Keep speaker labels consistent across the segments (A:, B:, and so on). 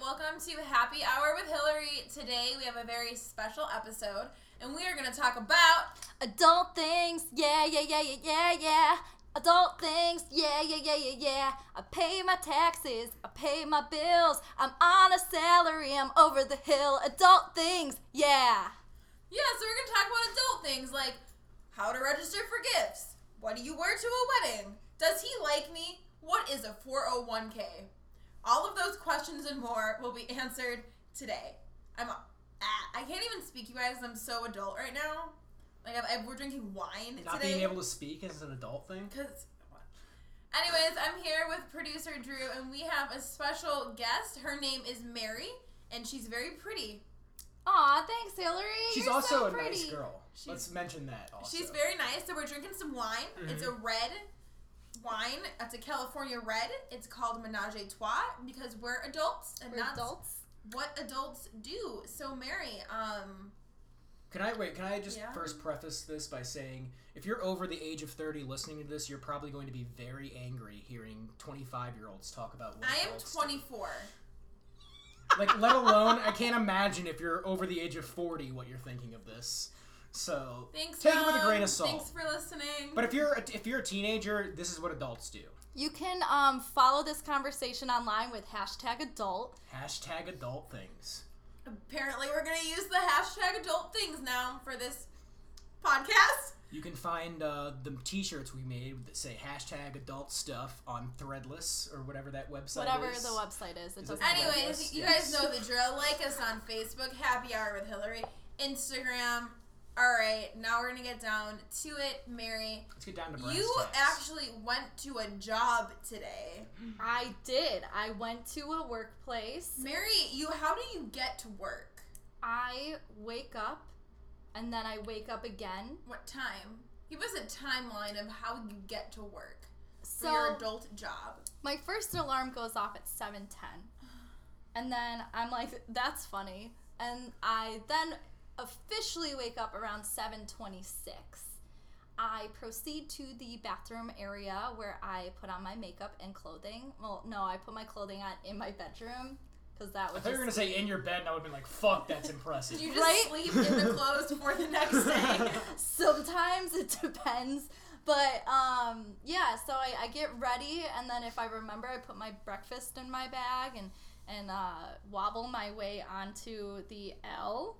A: Welcome to Happy Hour with Hillary. Today we have a very special episode, and we are going to talk about
B: Adult things, yeah, yeah, yeah, yeah, yeah, yeah. Adult things, yeah, yeah, yeah, yeah, yeah. I pay my taxes, I pay my bills. I'm on a salary, I'm over the hill. Adult things, yeah.
A: yeah. So we're going to talk about adult things like how to register for gifts. What do you wear to a wedding? Does he like me? What is a 401k? All of those questions and more will be answered today. I'm ah, I can't even speak, you guys. I'm so adult right now. Like i I, we're drinking wine
C: Not
A: today.
C: being able to speak is an adult thing.
A: Because, anyways, I'm here with producer Drew, and we have a special guest. Her name is Mary, and she's very pretty.
B: Aw, thanks, Hillary.
C: She's
B: You're
C: also
B: so
C: a
B: pretty.
C: nice girl.
A: She's-
C: Let's mention that. Also.
A: She's very nice. So we're drinking some wine. It's a
C: Mm-hmm.
A: red wine. It's a California red. It's called Menage a Trois because we're adults and
B: We're
A: that's
B: adults.
A: what adults do. So Mary, um,
C: Can I wait? Can I just
A: Yeah.
C: first preface this by saying, if you're over the age of thirty listening to this, you're probably going to be very angry hearing 25 year olds talk about. What
A: I am
C: adults do.
A: 24.
C: Like, let alone, I can't imagine if you're over the age of 40 what you're thinking of this. So
A: Thanks.
C: take it with a
A: Mom.
C: grain of salt.
A: Thanks for listening.
C: But if you're a, if you're a teenager, this is what adults do.
B: You can um, follow this conversation online with hashtag adult.
C: Hashtag adult things.
A: apparently, we're gonna use the hashtag adult things now for this podcast.
C: You can find uh, the T-shirts we made that say hashtag adult stuff on Threadless or whatever that website
B: Whatever
C: is.
B: the website is. It
C: Is
B: doesn't
C: it-
B: matter.
A: Anyways,
C: Yes,
A: you guys
C: yes.
A: know the drill. Like us on Facebook, Happy Hour with Hillary, Instagram. All right, now we're gonna get down to it, Mary.
C: Let's get down to brass
A: You
C: tacks.
A: actually went to a job today,
B: I did. I went to a workplace.
A: Mary. You, how do you get to work?
B: I wake up and then I wake up again.
A: What time? Give us a timeline of how you get to work for
B: So
A: your adult job.
B: my first alarm goes off at 7:10. And then I'm like that's funny. And I then officially wake up around 7:26. I proceed to the bathroom area where I put on my makeup and clothing. Well, no, I put my clothing on in my bedroom cuz that
C: I
B: was
C: thought you were gonna say in your bed, and I would've been like, "Fuck, that's impressive."
A: You just
B: Right?
A: sleep in the clothes for the next day.
B: sometimes it depends but um yeah so I, I get ready and then if i remember i put my breakfast in my bag and and uh, wobble my way onto the l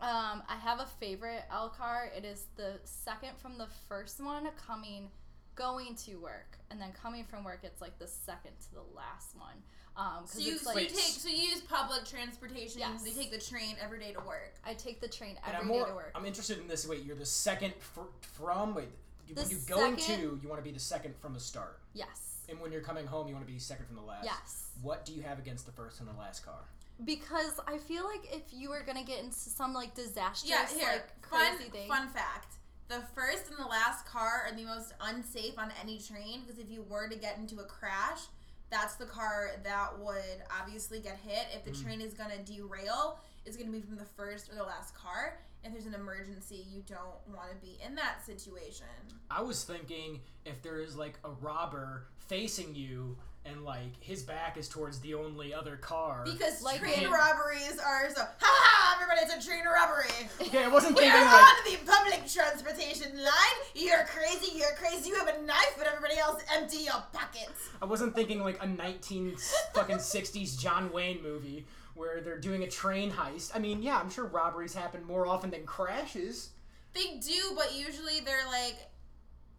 B: um, i have a favorite l car it is the second from the first one coming going to work and then coming from work it's like the second to the last one um, 'cause
A: So you,
B: it's
A: so
B: like
A: you
C: Wait.
A: take so you use public transportation.
B: Yes.
A: You take the train every day to work.
B: i take the train
C: and
B: every
C: I'm
B: day
C: more.
B: to work
C: I'm interested in this. Wait, you're the second fr- from. Wait, you,
B: The
C: when you go
B: second-
C: into, you want to be the second from the start,
B: yes
C: and when you're coming home, you want to be second from the last.
B: yes
C: What do you have against the first and the last car?
B: Because I feel like if you were gonna get into some like disastrous,
A: Yeah, here.
B: like
A: fun,
B: crazy thing,
A: fun fact. The first and the last car are the most unsafe on any train because if you were to get into a crash, that's the car that would obviously get hit. If the train is going to derail, it's going to be from the first or the last car. If there's an emergency, you don't want to be in that situation.
C: I was thinking if there is like a robber facing you and like his back is towards the only other car.
A: Because
B: Like
A: train
C: it-
A: robberies are so. Ha ha! Everybody, it's a train robbery!
C: okay, I wasn't
A: You're
C: thinking like
A: on the public transportation line! You're crazy, you're crazy, you have a knife, but everybody else empty your pockets!
C: I wasn't thinking like a 19 fucking 60s John Wayne movie where they're doing a train heist. I mean, yeah, I'm sure robberies happen more often than crashes.
A: They do, but usually they're like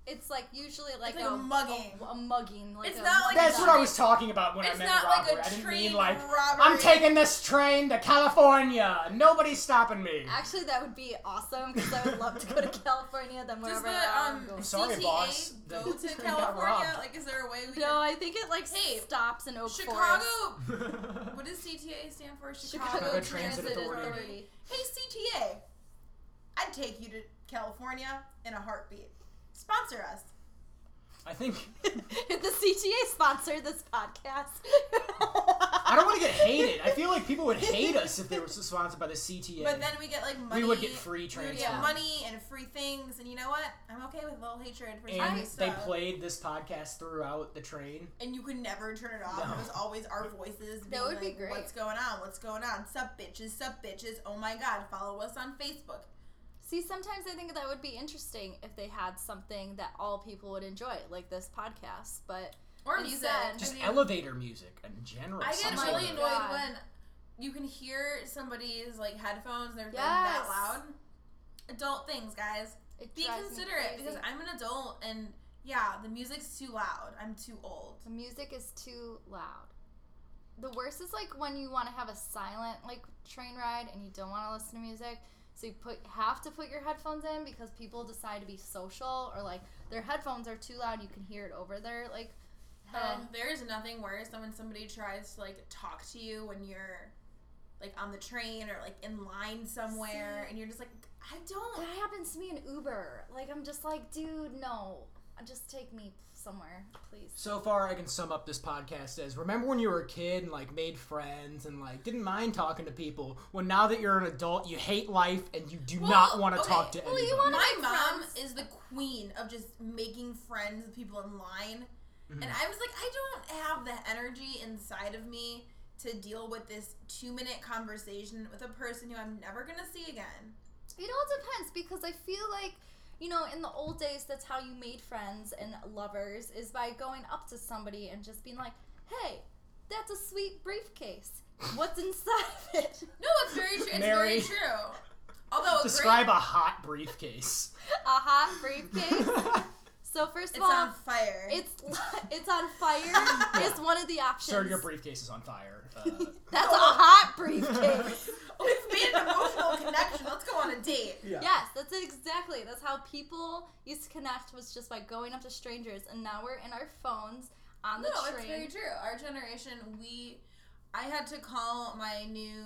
B: it's like usually like,
A: like
B: a,
A: a mugging.
B: a, a mugging. Like
A: It's
B: a
A: not like
C: That's what I
B: mugging.
C: was talking about when I
A: it's
C: meant
A: not
C: robbery.
A: like
C: I
A: a
C: didn't
A: train
C: mean like
A: robbery.
C: I'm taking this train to California. Nobody's stopping me.
B: Actually, that would be awesome because I would love to go to California. Then
A: Does
B: wherever
A: the
B: I am
A: um
B: going.
C: Sorry,
A: CTA
C: boss.
A: go
C: The
A: to
C: train got
A: California?
C: robbed.
A: Like, is there a way we
B: No, I think it like
A: Hey,
B: stops in Oak
A: can Chicago?
B: Forest.
A: What does CTA stand for? Chicago,
B: Chicago
C: Chicago
B: Transit,
C: Transit
B: Authority.
C: Authority.
A: Hey CTA, I'd take you to California in a heartbeat. Sponsor us.
C: I think
B: if the CTA sponsored this podcast,
C: I I don't want to get hated. I feel like people would hate us if they were sponsored by the CTA.
A: But then we get like money.
C: we would get free
A: we would
C: transport.
A: get
B: Yeah.
A: money and free things, and you know what? I'm okay with a little hatred for some
C: And
A: of
B: I-
A: this
C: they
A: stuff.
C: played this podcast throughout the train.
A: and you could never turn it off.
C: No.
A: It was always our voices. Being
B: would be
A: like,
B: great.
A: What's going on? What's going on? Sub bitches, sub bitches. Oh my god, follow us on Facebook.
B: See, sometimes I think that would be interesting if they had something that all people would enjoy, like this podcast. But
A: Or
B: It's
A: music.
B: sad.
C: Just
A: I mean,
C: elevator music in general.
A: I
C: some
A: get
C: sort
B: something.
A: really
C: of-
A: annoyed
B: Oh God.
A: when you can hear somebody's like headphones and they're like,
B: Yes.
A: that loud. Adult things, guys.
B: it
A: Be
B: drives me
A: considerate because
B: crazy.
A: I'm an adult and yeah, the music's too loud. I'm too old.
B: the music is too loud. The worst is like when you want to have a silent like train ride and you don't want to listen to music, so you put have to put your headphones in because people decide to be social or like their headphones are too loud. You can hear it over their like head.
A: Um, there's nothing worse than when somebody tries to like talk to you when you're like on the train or like in line somewhere, and you're just like, I don't.
B: That happens to me in Uber. Like I'm just like, dude, no, just take me somewhere, please.
C: So far, I can sum up this podcast as remember when you were a kid and like made friends and like didn't mind talking to people. Well, now that you're an adult, you hate life and you do
A: Well,
C: not want to
A: okay.
C: talk to
B: Well,
C: anyone.
B: you wanna-
A: My
B: make
A: mom
B: friends.
A: is the queen of just making friends with people in line,
C: Mm-hmm.
A: and I was like, I don't have the energy inside of me to deal with this two minute conversation with a person who I'm never gonna see again.
B: It all depends because I feel like, you know, in the old days, that's how you made friends and lovers is by going up to somebody and just being like, hey, that's a sweet briefcase. What's inside of it?
A: No, it's very true. It's
C: Mary.
A: very true. Although a
C: Describe
A: great,
C: a hot briefcase.
B: A hot briefcase. So, first
A: it's
B: of all,
A: on fire.
B: it's it's on fire is one of the options.
C: Sir, your briefcase is on fire. Uh,
B: that's a
A: Oh.
B: hot briefcase.
A: We've made an emotional connection. Let's go on a date.
B: Yes, that's exactly. That's how people used to connect was just by going up to strangers, and now we're in our phones on the
A: No,
B: train.
A: it's very true. Our generation, we. I had to call my new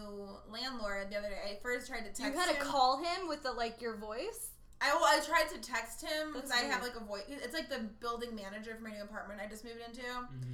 A: landlord the other day. I first tried to text
B: You had to
A: him.
B: call him with the like your voice.
A: I, well, I tried to text him because
B: That's
A: I have
B: weird.
A: like a voice. It's like the building manager for my new apartment I just moved into.
C: Mm-hmm.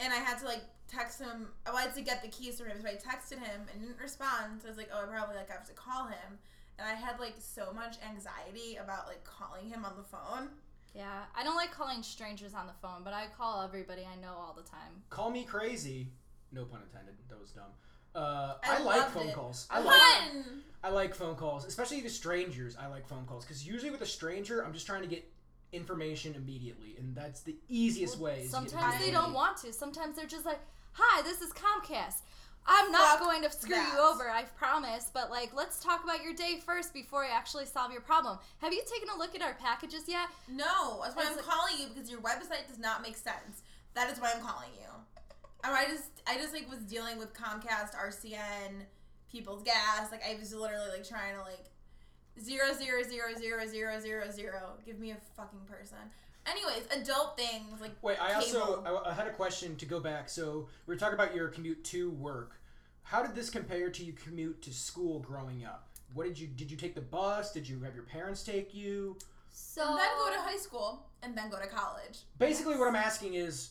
A: And I had to like text him. I wanted to get the keys from him, so I texted him and didn't respond. So I was like, oh, I probably like have to call him. And I had like so much anxiety about like calling him on the phone.
B: Yeah, I don't like calling strangers on the phone, but I call everybody I know all the time.
C: Call me crazy. No pun intended. That was dumb. Uh,
A: I
C: I, like
A: loved
C: phone
A: it.
C: calls. I like
A: Fun.
C: I like phone calls, especially to strangers. I like phone calls because usually with a stranger, I'm just trying to get information immediately, and that's the easiest way. is to get
B: Sometimes they
C: information.
B: don't want to. Sometimes they're just like, "Hi, this is Comcast. I'm not
A: Fuck
B: going to screw
A: that.
B: you over, I promise, but like let's talk about your day first before I actually solve your problem. Have you taken a look at our packages yet?
A: No, that's why I'm
B: That's like-
A: calling you because your website does not make sense. That is why I'm calling you. Um, I just, I just like was dealing with Comcast, RCN, People's Gas. Like I was literally like trying to like zero zero zero zero zero zero zero. Give me a fucking person. Anyways, adult things like
C: Wait, I also
A: Cable.
C: I, I had a question to go back. So we were talking about your commute to work. How did this compare to your commute to school growing up? What did you did you take the bus? Did you have your parents take you?
B: So
A: then go to high school and then go to college.
C: Basically, what I'm asking is,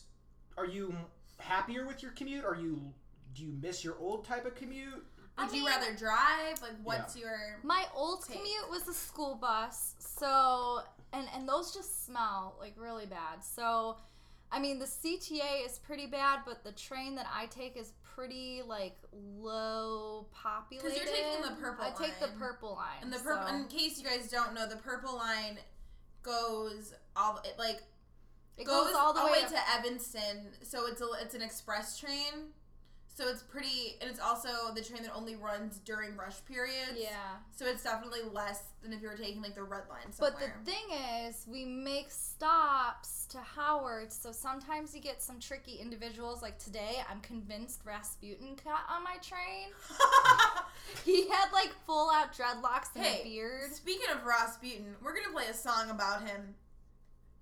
C: are you happier with your commute? Are you do you miss your old type of commute?
B: I
A: Would you
B: mean-
A: rather drive? Like, what's your?
B: My old
A: Take.
B: commute was a school bus, so and and those just smell like really bad. So, I mean, the CTA is pretty bad, but the train that I take is pretty like low populated.
A: taking the purple
B: I take the
A: line.
B: purple line.
A: And the purple.
B: so
A: In case you guys don't know, the purple line goes all it like
B: it
A: goes, all the way
B: up-
A: to Evanston, so it's a it's an express train. So it's pretty, and it's also the train that only runs during rush periods.
B: yeah.
A: So it's definitely less than if you were taking like the red line somewhere.
B: But the thing is, we make stops to Howard, so sometimes you get some tricky individuals. Like today, I'm convinced Rasputin got on my train. He had like full out dreadlocks and
A: Hey,
B: a beard.
A: Speaking of Rasputin, we're gonna play a song about him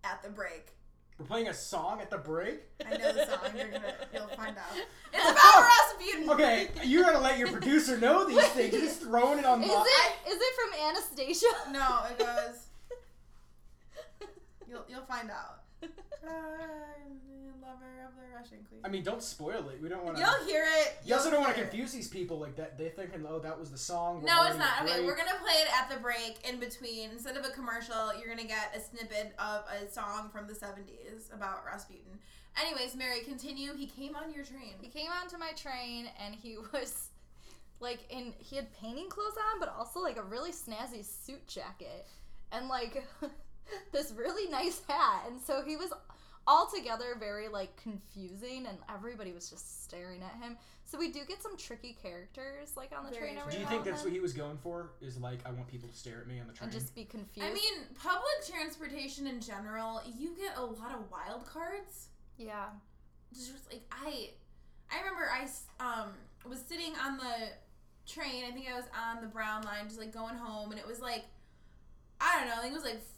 A: at the break.
C: We're playing a song at the break.
A: I know the song. You're gonna you'll find out. It's about Rasputin.
C: Okay, you gotta let your producer know these things. You're just throwing it on.
B: Is
C: the-
B: it is it from Anastasia?
A: No, it goes. You'll you'll find out. lover of the Russian queen.
C: I mean, don't spoil it. We don't want to.
A: You'll hear it.
C: You also
A: You'll
C: don't want to
A: hear it.
C: confuse these people like that. They're thinking, oh, that was the song. We're
A: No, it's
C: already
A: not. Okay,
C: great.
A: we're gonna play it at the break in between. Instead of a commercial, you're gonna get a snippet of a song from the 70s about Rasputin. Anyways, Mary, continue. He came on your train.
B: He came onto my train and he was like in he had painting clothes on, but also like a really snazzy suit jacket and like this really nice hat. And so he was altogether very like confusing and everybody was just staring at him. So we do get some tricky characters like on the
A: Very
B: train every
C: Do you
B: now
C: think
B: and
C: that's
B: then,
C: what he was going for? Is like, I want people to stare at me on the train.
B: and just be confused.
A: I mean, public transportation in general, you get a lot of wild cards.
B: yeah.
A: It's just like I, I remember I s- um was sitting on the train. I think I was on the Brown line, just like going home, and it was like, I don't know. I think it was like f-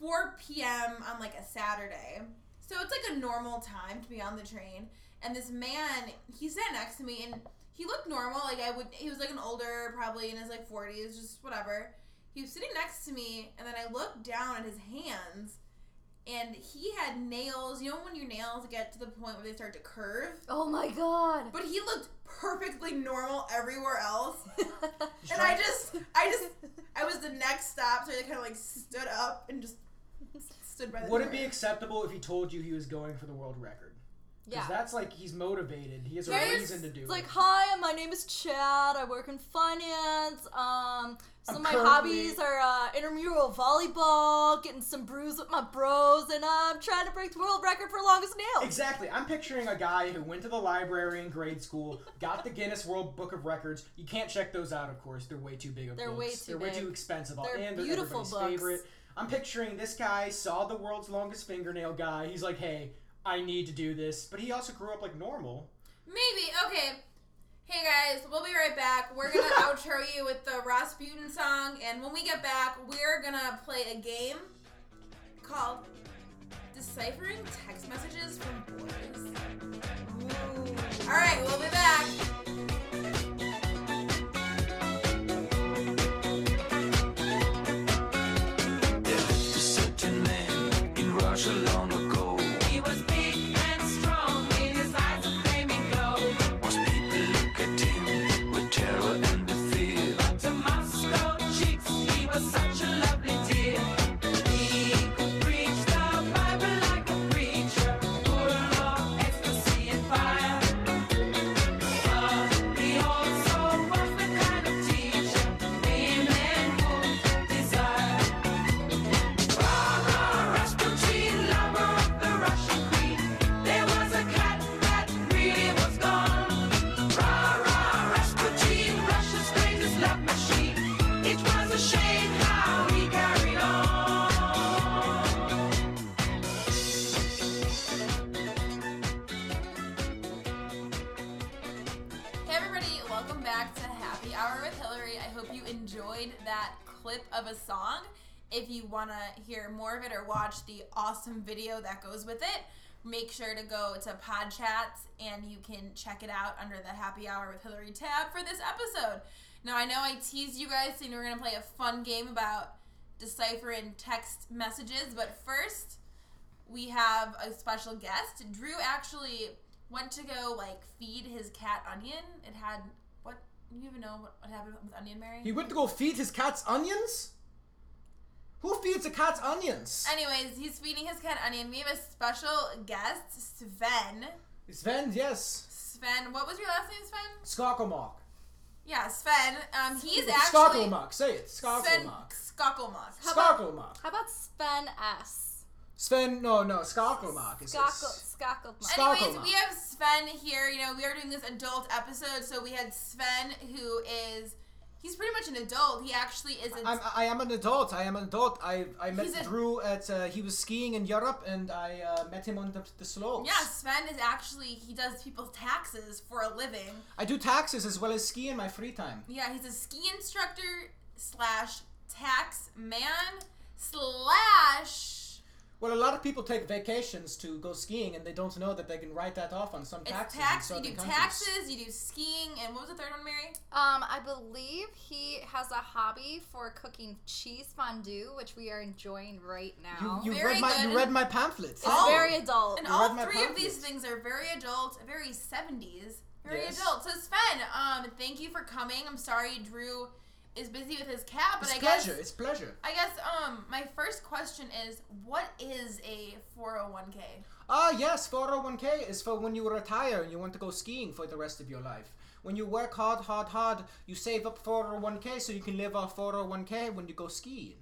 A: four p.m. on like a Saturday, so it's like a normal time to be on the train. And this man, he sat next to me, and he looked normal. Like I would, he was like an older, probably in his like forties, just whatever. He was sitting next to me, and then I looked down at his hands, and he had nails. You know when your nails get to the point where they start to curve?
B: Oh my god.
A: But he looked perfectly normal everywhere else.
C: He's
A: And I
C: trying-
A: just, I just, I was the next stop, so I kind of like stood up and just stood by the
C: Would
A: door.
C: it be acceptable if he told you he was going for the world record? Because
B: yeah.
C: that's like he's motivated. He has a
B: There's-
C: reason to do
B: It's like,
C: it.
B: hi, my name is Chad. I work in finance. Um, some
C: I'm
B: of my
C: currently-
B: hobbies are uh, intramural volleyball, getting some brews with my bros, and uh, I'm trying to break the world record for longest nails.
C: Exactly. I'm picturing a guy who went to the library in grade school, got the Guinness World Book of Records. You can't check those out, of course. They're way too big of
B: They're way
C: books.
B: too
C: they're way
B: big.
C: too expensive.
B: They're
C: and they're
B: beautiful
C: everybody's
B: books.
C: favorite. I'm picturing this guy saw the world's longest fingernail guy. He's like, hey, I need to do this. But he also grew up like normal.
A: Maybe. Okay. Hey guys, we'll be right back. We're gonna outro you with the Rasputin song, and when we get back, we're gonna play a game called Deciphering Text Messages from Boys. All right, we'll be back.
D: There is such a man in Russia long ago.
E: He was big and strong, in his eyes a flaming glow.
D: Was people look at him with terror and the fear.
E: To Moscow chicks, he was such a lovely dear. He could preach the Bible like a preacher, full of ecstasy and fire. But he also was the kind of teacher women would desire. Rasputin, lover of the Russian queen. There was a cat that really was gone. Ra-ra, Rasputin, Russia's greatest love machine. It was a shame how he carried on.
A: Hey everybody, welcome back to Happy Hour with Hillary. I hope you enjoyed that clip of a song. If you want to hear more of it or watch the awesome video that goes with it, make sure to go to Pod Chats and you can check it out under the Happy Hour with Hillary tab for this episode. Now, I know I teased you guys saying we're going to play a fun game about deciphering text messages, but first, we have a special guest. Drew actually went to go like feed his cat Onion. It had what you even know what, what happened with Onion Mary.
C: He went to go feed his cats onions? Who feeds a cat onions?
A: Anyways, he's feeding his cat Onion. We have a special guest, Sven.
C: Sven, yes.
A: Sven, what was your last name, Sven?
C: Skokomak.
A: Yeah, Sven. Um, he's actually
C: Skokomak. Say it.
A: Sven
C: Skokomak.
A: Skokomak. How about
C: Skokomak.
B: How about Sven S?
C: Sven, no, no. Skokomak is
B: Skakl- Skakl-
A: Anyways,
C: Skak- Skokomak.
A: we have Sven here. You know, we are doing this adult episode, so we had Sven, who is, he's pretty much an adult. He actually is a
F: I'm, I am an adult. I am an adult. I, I met
A: He's a-
F: Drew at uh, he was skiing in Europe, and I uh, met him on the, the slopes.
A: Yeah, Sven is actually he does people's taxes for a living.
F: I do taxes as well as ski in my free time.
A: Yeah, he's a ski instructor slash tax man slash
C: Well, a lot of people take vacations to go skiing, and they don't know that they can write that off on some
A: It's
C: taxes. in
A: tax. You
C: certain
A: do
C: countries.
A: taxes. You do skiing, and what was the third one, Mary?
B: Um, I believe he has a hobby for cooking cheese fondue, which we are enjoying right now.
C: You, you
A: Very
C: read my
A: good.
C: you read my pamphlets.
B: it's
A: Oh.
B: very adult.
A: And
C: You
A: all
C: read my
A: three of these things
C: pamphlets.
A: are very adult, very 70s, very
C: Yes.
A: adult. So Sven, um, thank you for coming. I'm sorry Drew is busy with his cat, but
C: it's
A: I guess
C: pleasure. It's pleasure.
A: I guess um my first question is what is a 401k?
C: Ah, yes, 401k is for when you retire and you want to go skiing for the rest of your life. When you work hard, hard, hard, you save up 401k so you can live off 401k when you go skiing.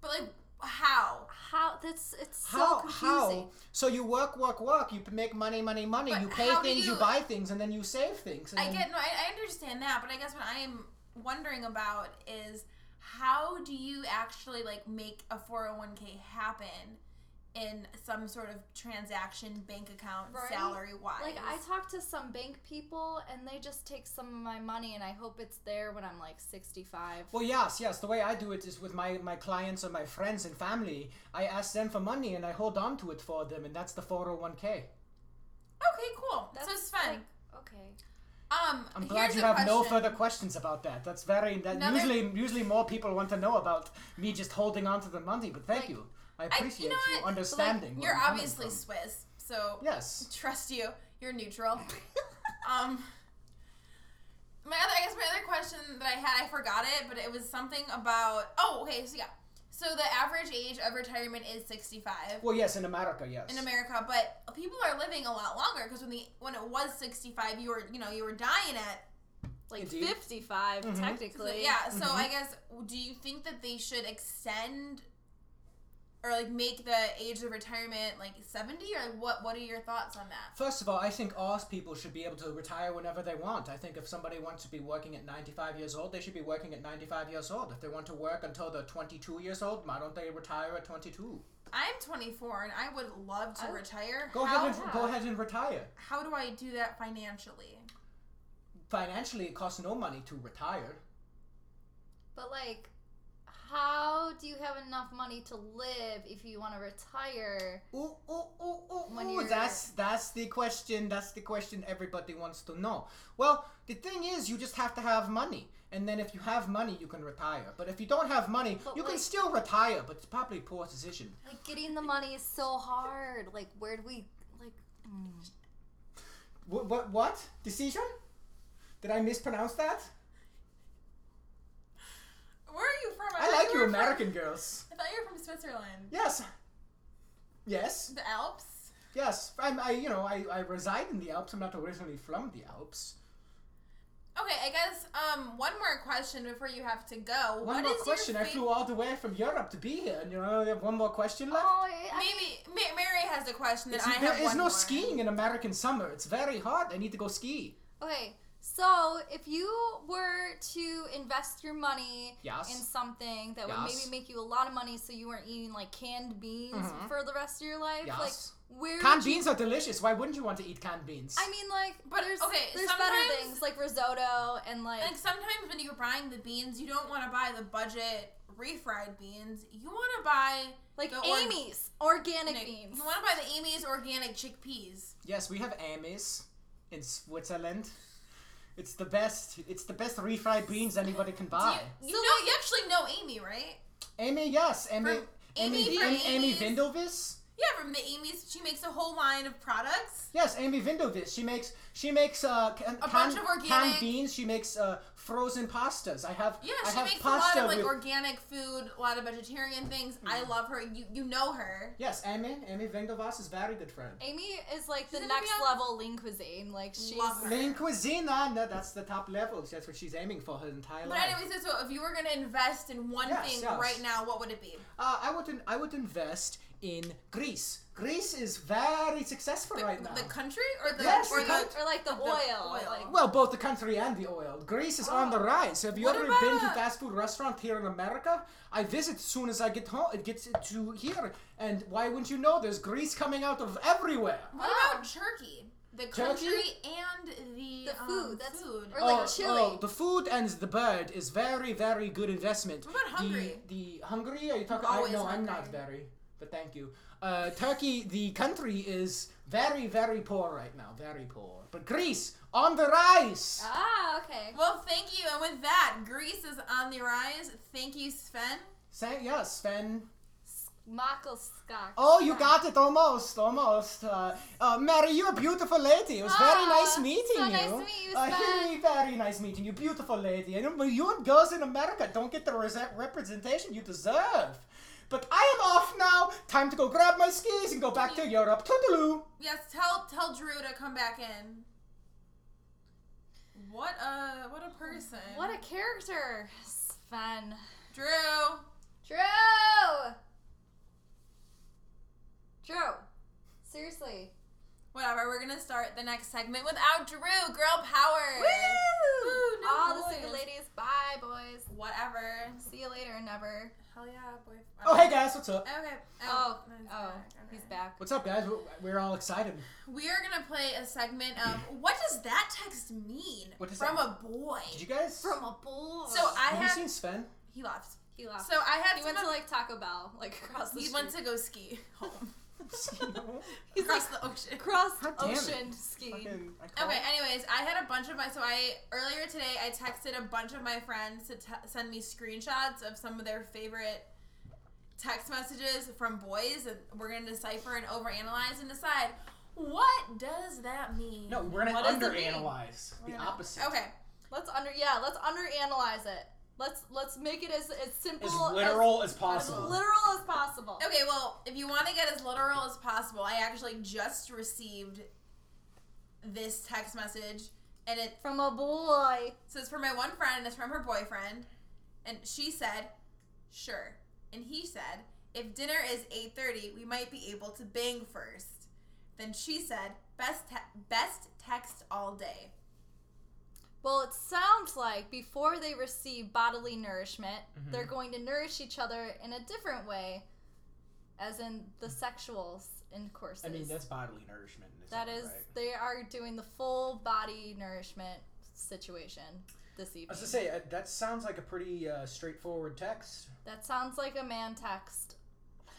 A: But like how?
B: How that's it's so
C: How?
B: confusing.
C: how? So you work, work, work. You p- make money, money, money.
A: But
C: you pay
A: how do
C: things, you...
A: you-
C: buy things, and then you save things. And
A: I
C: then-
A: get no, I, I understand that, but I guess what I am wondering about is how do you actually like make a 401k happen in some sort of transaction, bank account,
B: Right?
A: salary wise?
B: Like I talk to some bank people and they just take some of my money and I hope it's there when I'm like 65.
C: Well, yes, yes. The way I do it is with my, my clients or my friends and family. I ask them for money and I hold on to it for them, and that's the 401k.
A: Okay, cool. so Sven,
B: like, okay.
A: um,
C: I'm glad
A: here's
C: you
A: a
C: have no
A: question.
C: further questions about that. That's very that
A: Another-
C: usually usually more people want to know about me just holding on to the money, but thank
B: Like,
C: you. I appreciate
A: know
C: you
A: what?
C: understanding. where
A: You're
C: I'm coming
A: obviously
C: from.
A: Swiss, so
C: Yes.
A: trust you. You're neutral. um, my other, I guess my other question that I had, I forgot it, but it was something about. Oh, okay, so yeah. So the average age of retirement is 65
C: Well, yes, in America, yes.
A: in America, but people are living a lot longer because when the when it was 65, you were you know you were dying at
B: Like
C: Indeed.
B: 55
C: Mhm.
A: So,
B: technically.
A: yeah, so
C: Mm-hmm.
A: I guess do you think that they should extend or like make the age of retirement like 70 or what what are your thoughts on that?
C: First of all, I think all people should be able to retire whenever they want. I think if somebody wants to be working at 95 years old, they should be working at 95 years old. If they want to work until they're 22 years old, why don't they retire at 22?
A: I'm 24 and I would love to
B: I-
A: retire.
C: Go
A: how,
C: ahead and go ahead and retire.
A: How do I do that financially?
C: Financially, it costs no money to retire.
B: But like how do you have enough money to live if you want to retire?
C: Ooh, ooh, ooh, ooh,
B: When
C: ooh,
B: you're-
C: That's that's the question. That's the question everybody wants to know. Well, the thing is, you just have to have money, and then if you have money, you can retire. But if you don't have money,
B: But
C: you can
B: like-
C: still retire, but it's probably poor decision.
B: Like getting the money is so hard. Like where do we like mm.
C: What? What? what? Decision? Did I mispronounce that?
A: Where are you from?
C: I
A: thought
C: like
A: you
C: you,
A: were from-
C: American girls.
A: I thought you were from Switzerland.
C: Yes. Yes.
A: The Alps?
C: Yes. I'm. I. You know. I. I reside in the Alps. I'm not originally from the Alps.
A: Okay, I guess um one more question before you have to go.
C: One
A: What
C: more
A: is your
C: question. I
A: fa-
C: flew all the way from Europe to be here, and you know, I have one more question left.
B: Oh, I, I
A: Maybe Ma- Mary has a question that
C: It's-
A: I
C: there
A: have
C: is
A: one
C: no
A: more.
C: skiing in American summer. It's very hot. I need to go ski.
B: Okay, so if you were to invest your money
C: Yes.
B: in something that would
C: Yes.
B: maybe make you a lot of money so you weren't eating like canned beans for the rest of your life,
C: Mm-hmm. Yes.
B: like where
C: Canned
B: would you-
C: beans are delicious. Why wouldn't you want to eat canned beans?
B: I mean like
A: But,
B: there's
A: okay,
B: there's better
A: sometimes-
B: things like risotto and like,
A: Like sometimes when you're buying the beans, you don't want to buy the budget refried beans. You want to buy
B: like
A: the or-
B: Amy's organic
A: no,
B: beans.
A: You want to buy the Amy's organic chickpeas.
C: yes, we have Amis in Switzerland. It's the best. It's the best refried beans anybody can
A: You,
C: buy.
A: you know, you actually know Amy, right?
C: Amy, yes, Amy,
A: From-
C: Amy,
A: Amy
C: Amy,
A: from
C: Amy,
A: Amy's.
C: Vindelvis.
A: Yeah, from the Amy's, she makes a whole line of products.
C: Yes, Amy Vindelvis. She makes she makes uh, can,
A: bunch
C: canned-
A: of organic-
C: canned beans. She makes uh, frozen pastas. I have
A: Yeah,
C: I
A: she
C: have
A: makes a lot
C: pasta
A: of like
C: with Mm-hmm.
A: organic food, a lot of vegetarian things. I love her. You you know her.
C: yes. Amy Amy Vindelvis is very good friend.
B: Amy is like the
A: She's gonna be
B: next
A: on-
B: level lean cuisine. Like she's
A: Love her.
C: Lean cuisine, ah, no, that's the top level. That's what she's aiming for her entire
A: But
C: life.
A: anyway, so, so if you were gonna invest in one
C: Yes,
A: thing
C: yes.
A: right now, what would it be?
C: Uh, I would in- I would invest in Greece. Greece is very successful
A: The,
C: right now.
A: the country or the
C: Yes,
A: or
C: the
A: the
C: country.
B: or like the,
A: The
B: oil.
A: oil.
B: Like
C: well, both the country and the oil. Greece is on the rise. Have you
A: Oh. What
C: ever
A: about-
C: been to fast food restaurant here in America? I visit as soon as I get home. It gets to here, and why wouldn't you know? There's Greece coming out of everywhere.
A: What
B: Oh.
A: about Ah. turkey? The
C: Turkey?
A: country and the,
B: The
A: um,
B: food, that's-
A: food.
B: or like
C: oh,
B: chili.
C: oh, the food and the bird is very, very good investment.
A: What about Hungary?
C: The, the Hungary? Are you talking?
A: I'm always
C: I, no, I'm
A: hungry.
C: not very,
F: but thank you. Uh, Turkey, the country, is very, very poor right now. Very poor. But Greece, on the rise!
A: Uh.
B: Ah, okay.
A: Well, thank you. And with that, Greece is on the rise. Thank you, Sven.
F: Say, yeah, Sven.
B: Mockelskock.
F: Oh, you got it almost, almost. Uh, uh, Mary, you're a beautiful lady. It was very
B: Ah,
F: nice meeting
B: so
F: you.
B: nice to meet you,
F: Uh,
B: Sven.
F: hey, very nice meeting you, beautiful lady. And uh, you and girls in America don't get the rese- representation you deserve. But I am off now. Time to go grab my skis and go back to Europe. Toodaloo.
A: Yes, tell tell Drew to come back in. What a what a person.
B: What a character. Sven.
A: Drew.
B: Drew! Drew. Seriously.
A: Whatever. We're gonna start the next segment without Drew. Girl power. Woo, no
B: All the
A: boys.
B: single ladies. Bye, boys.
A: Whatever.
B: See you later, never.
A: Hell yeah, boy.
F: Oh, hey guys, what's up?
A: Okay.
B: Oh,
A: no, he's
B: oh,
A: back. Okay.
B: he's back.
F: What's up, guys? We're- We're all excited.
A: We are gonna play a segment of what does that text mean
F: What does
A: from
F: that-
A: a boy.
F: Did you guys?
B: From a bull.
A: So I
F: have you
A: have
F: seen Sven?
A: he left.
B: he left.
A: So I had
B: he went
A: some
B: to
A: of-
B: like Taco Bell, like across the
A: he
B: street.
A: went to go ski home
B: He's like
A: across the ocean.
B: cross
F: God damn it.
B: ocean skiing.
F: Fucking- I call
A: Okay.
F: it.
A: Anyways, I had a bunch of my so I earlier today I texted a bunch of my friends to te- send me screenshots of some of their favorite text messages from boys, and we're gonna decipher and overanalyze and decide what does that mean.
C: No, we're gonna
A: What does it mean?
C: underanalyze the
B: gonna-
C: opposite.
A: Okay.
B: Let's under yeah, let's underanalyze it. Let's let's make it as as simple
C: As
B: as-
C: literal as
B: as
C: possible.
B: literal as possible.
A: Okay, well, if you want to get as literal as possible, I actually just received this text message, and it
B: From a boy.
A: says for my one friend, and it's from her boyfriend, and she said, "Sure," and he said, "If dinner is eight thirty, we might be able to bang first. Then she said, "Best te- best text all day."
B: Well, it sounds like before they receive bodily nourishment,
C: Mm-hmm.
B: they're going to nourish each other in a different way, as in the sexual intercourses.
C: I mean, that's bodily nourishment. in its
B: That
C: own
B: is,
C: right.
B: they are doing the full body nourishment situation this
C: I
B: evening.
C: was to say uh, that sounds like a pretty uh, straightforward text.
B: that sounds like a man text,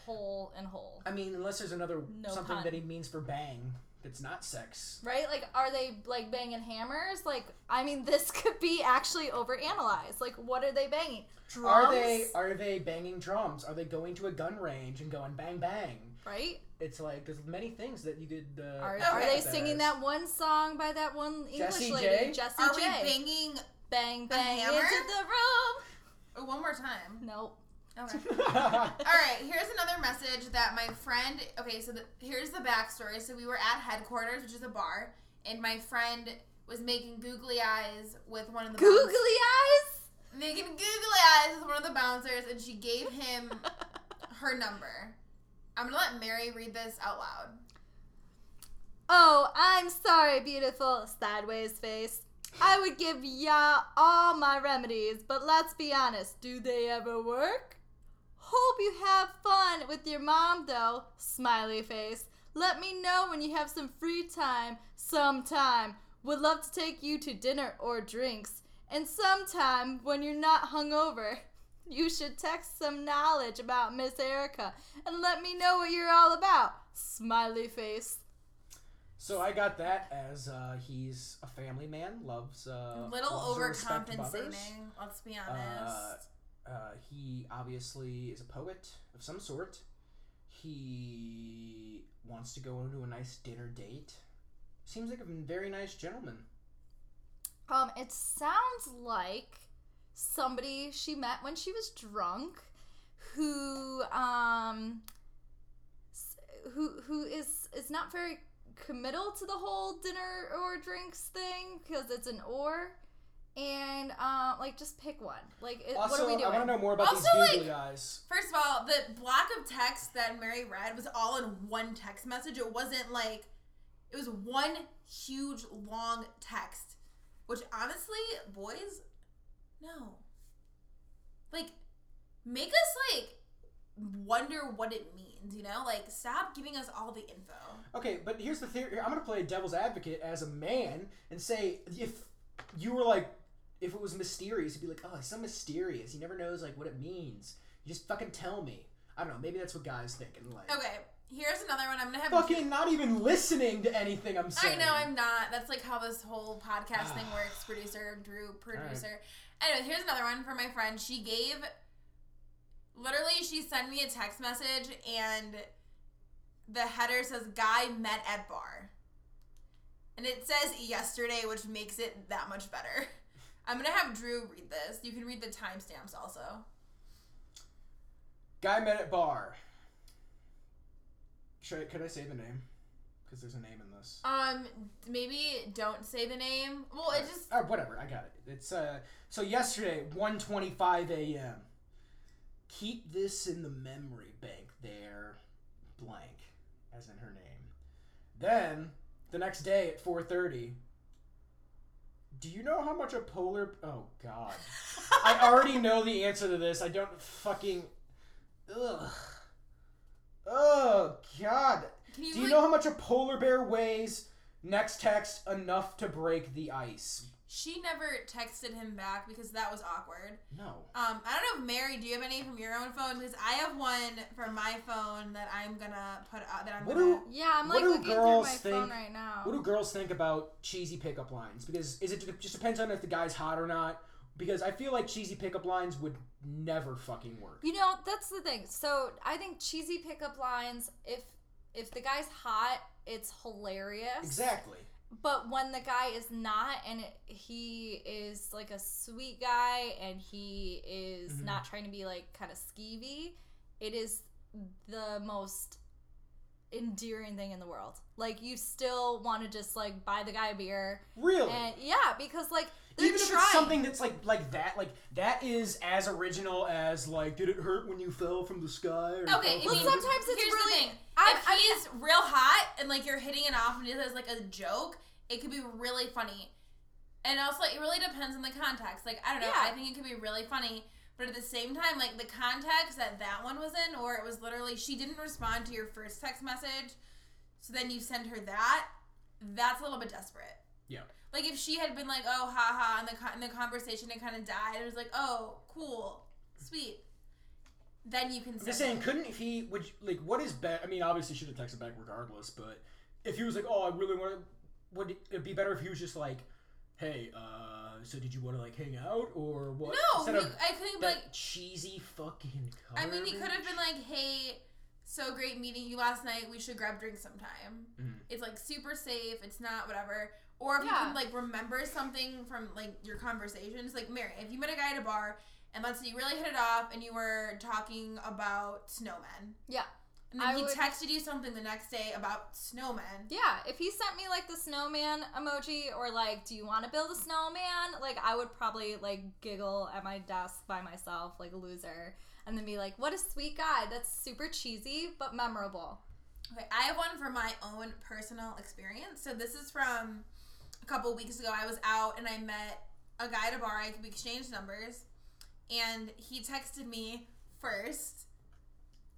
B: whole and whole.
C: I mean, unless there's another
B: No
C: something
B: pun.
C: that he means for bang that's not sex.
B: Right? Like, are they like banging hammers? Like, I mean, this could be actually overanalyzed. Like, what are they banging? Drums?
C: Are they are they banging drums? Are they going to a gun range and going bang bang?
B: right?
C: It's like there's many things that you could. Uh,
B: Are,
C: interpret
B: are they
C: that
B: singing
C: as.
B: that one song by that one English
C: Jessie
B: lady,
C: J?
B: Jessie
A: Are we
B: E J?
A: banging
B: bang bang into
A: hammer?
B: the room.
A: oh, one more time?
B: Nope.
A: Okay. All right, here's another message that my friend. Okay, so the, here's the backstory. So we were at headquarters, which is a bar, and my friend was making googly eyes with one of the
B: Googly
A: bounce-
B: eyes.
A: making googly eyes with one of the bouncers, and she gave him her number. I'm gonna let Mary read this out loud.
B: Oh, I'm sorry, beautiful sideways face. I would give ya all my remedies, but let's be honest, do they ever work? Hope you have fun with your mom, though, smiley face. Let me know when you have some free time sometime. Would love to take you to dinner or drinks. And sometime when you're not hungover, you should text some knowledge about Miss Erica and let me know what you're all about, smiley face.
C: So I got that as uh, he's a family man, loves uh,
A: A little
C: loves the respect of others.
A: overcompensating. Let's be honest.
C: Uh, uh, he obviously is a poet of some sort. He wants to go into a nice dinner date. Seems like a very nice gentleman.
B: Um, it sounds like somebody she met when she was drunk, who um, s- who who is is not very committal to the whole dinner or drinks thing because it's an or, and um, like just pick one. Like,
A: Uh,
B: it, what
C: Also,
B: are we
C: I
B: doing?
C: want to know more about
A: Also,
C: these
A: like-
C: googly eyes.
A: First of all, the block of text that Mary read was all in one text message. It wasn't like it was one huge long text, which honestly, boys, no. Like make us like wonder what it means, you know? Like stop giving us all the info.
C: Okay, but here's the theory. I'm gonna play devil's advocate as a man and say if you were like, if it was mysterious, you'd be like, oh, he's so mysterious. He never knows like what it means. You just fucking tell me. I don't know. Maybe that's what guys think and like.
A: Okay, here's another one. I'm gonna have.
C: Fucking not even listening to anything I'm
A: I
C: saying.
A: know I'm not. That's like how this whole podcast thing works. Producer Drew, producer. Anyway, here's another one for my friend. She gave. Literally, she sent me a text message and the header says "guy met at bar," and it says yesterday, which makes it that much better. I'm gonna have Drew read this. You can read the timestamps also.
C: Guy met at bar. Should I, could I say the name? Because there's a name in this.
A: Um, maybe don't say the name. Well, it just
C: Oh, whatever. I got it. It's uh. So yesterday, 1:25 a.m. Keep this in the memory bank there, blank, as in her name. Then the next day at 4:30. Do you know how much a polar? Oh God. I already know the answer to this. I don't fucking. Ugh. Oh God.
A: can
C: Do you know how much a polar bear weighs? Next text enough to break the ice.
A: She never texted him back because that was awkward.
C: No.
A: Um, I don't know if Mary, do you have any from your own phone? Because I have one from my phone that I'm gonna put up. That I'm
C: What
A: gonna.
C: do
B: Yeah, I'm
C: What
B: like
C: do
B: looking through my
C: girls
B: phone
C: think-
B: right now.
C: what do girls think about cheesy pickup lines? Because is it just depends on if the guy's hot or not? Because I feel like cheesy pickup lines would never fucking work.
B: You know, that's the thing. So I think cheesy pickup lines. If if the guy's hot, it's hilarious.
C: Exactly.
B: But when the guy is not, and it, he is like a sweet guy, and he is
C: Mhm.
B: not trying to be like kind of skeevy, it is the most endearing thing in the world. Like you still want to just like buy the guy a beer,
C: Really.
B: and yeah, because like they're
C: Even if
B: trying.
C: it's something that's like like that, like that is as original as like, did it hurt when you fell from the sky? Or
A: Okay,
C: fell
A: I
B: well,
A: mean,
C: from the-"
B: sometimes it's
A: here's the
B: really.
A: thing.
B: I'm-
A: if
B: I'm-
A: he's real hot and like you're hitting it off and it is like a joke, it could be really funny. And also, it really depends on the context. Like I don't know, I
B: Yeah.
A: think it could be really funny, but at the same time, like the context that that one was in, or it was literally she didn't respond to your first text message, so then you send her that. That's a little bit desperate.
C: Yeah.
A: Like if she had been like, "Oh, haha," and the con- and the conversation had kind of died, it was like, "Oh, cool, sweet." Then you can.
C: I'm
A: send
C: just saying,
A: it.
C: couldn't he? Would you, like what is better? I mean, obviously, should have texted back regardless. But if he was like, "Oh, I really want to," would it it'd be better if he was just like, "Hey, uh, so did you want to like hang out or what?"
A: No,
C: Instead
A: he,
C: of
A: I couldn't be
C: that
A: like.
C: cheesy fucking. Color
A: I mean, he could have been like, "Hey, so great meeting you last night. We should grab drinks sometime."
C: Mhm.
A: It's like super safe. It's not whatever. Or if
B: Yeah.
A: you can like remember something from like your conversations, like Mary, if you met a guy at a bar and let's say you really hit it off and you were talking about snowmen,
B: yeah.
A: and then
B: I
A: he
B: would-
A: texted you something the next day about snowmen.
B: Yeah, if he sent me like the snowman emoji or like, do you want to build a snowman? Like, I would probably like giggle at my desk by myself, like a loser, and then be like, what a sweet guy. That's super cheesy, but memorable.
A: Okay, I have one from my own personal experience. So this is from a couple weeks ago. I was out and I met a guy at a bar. I, we exchanged numbers, and he texted me first.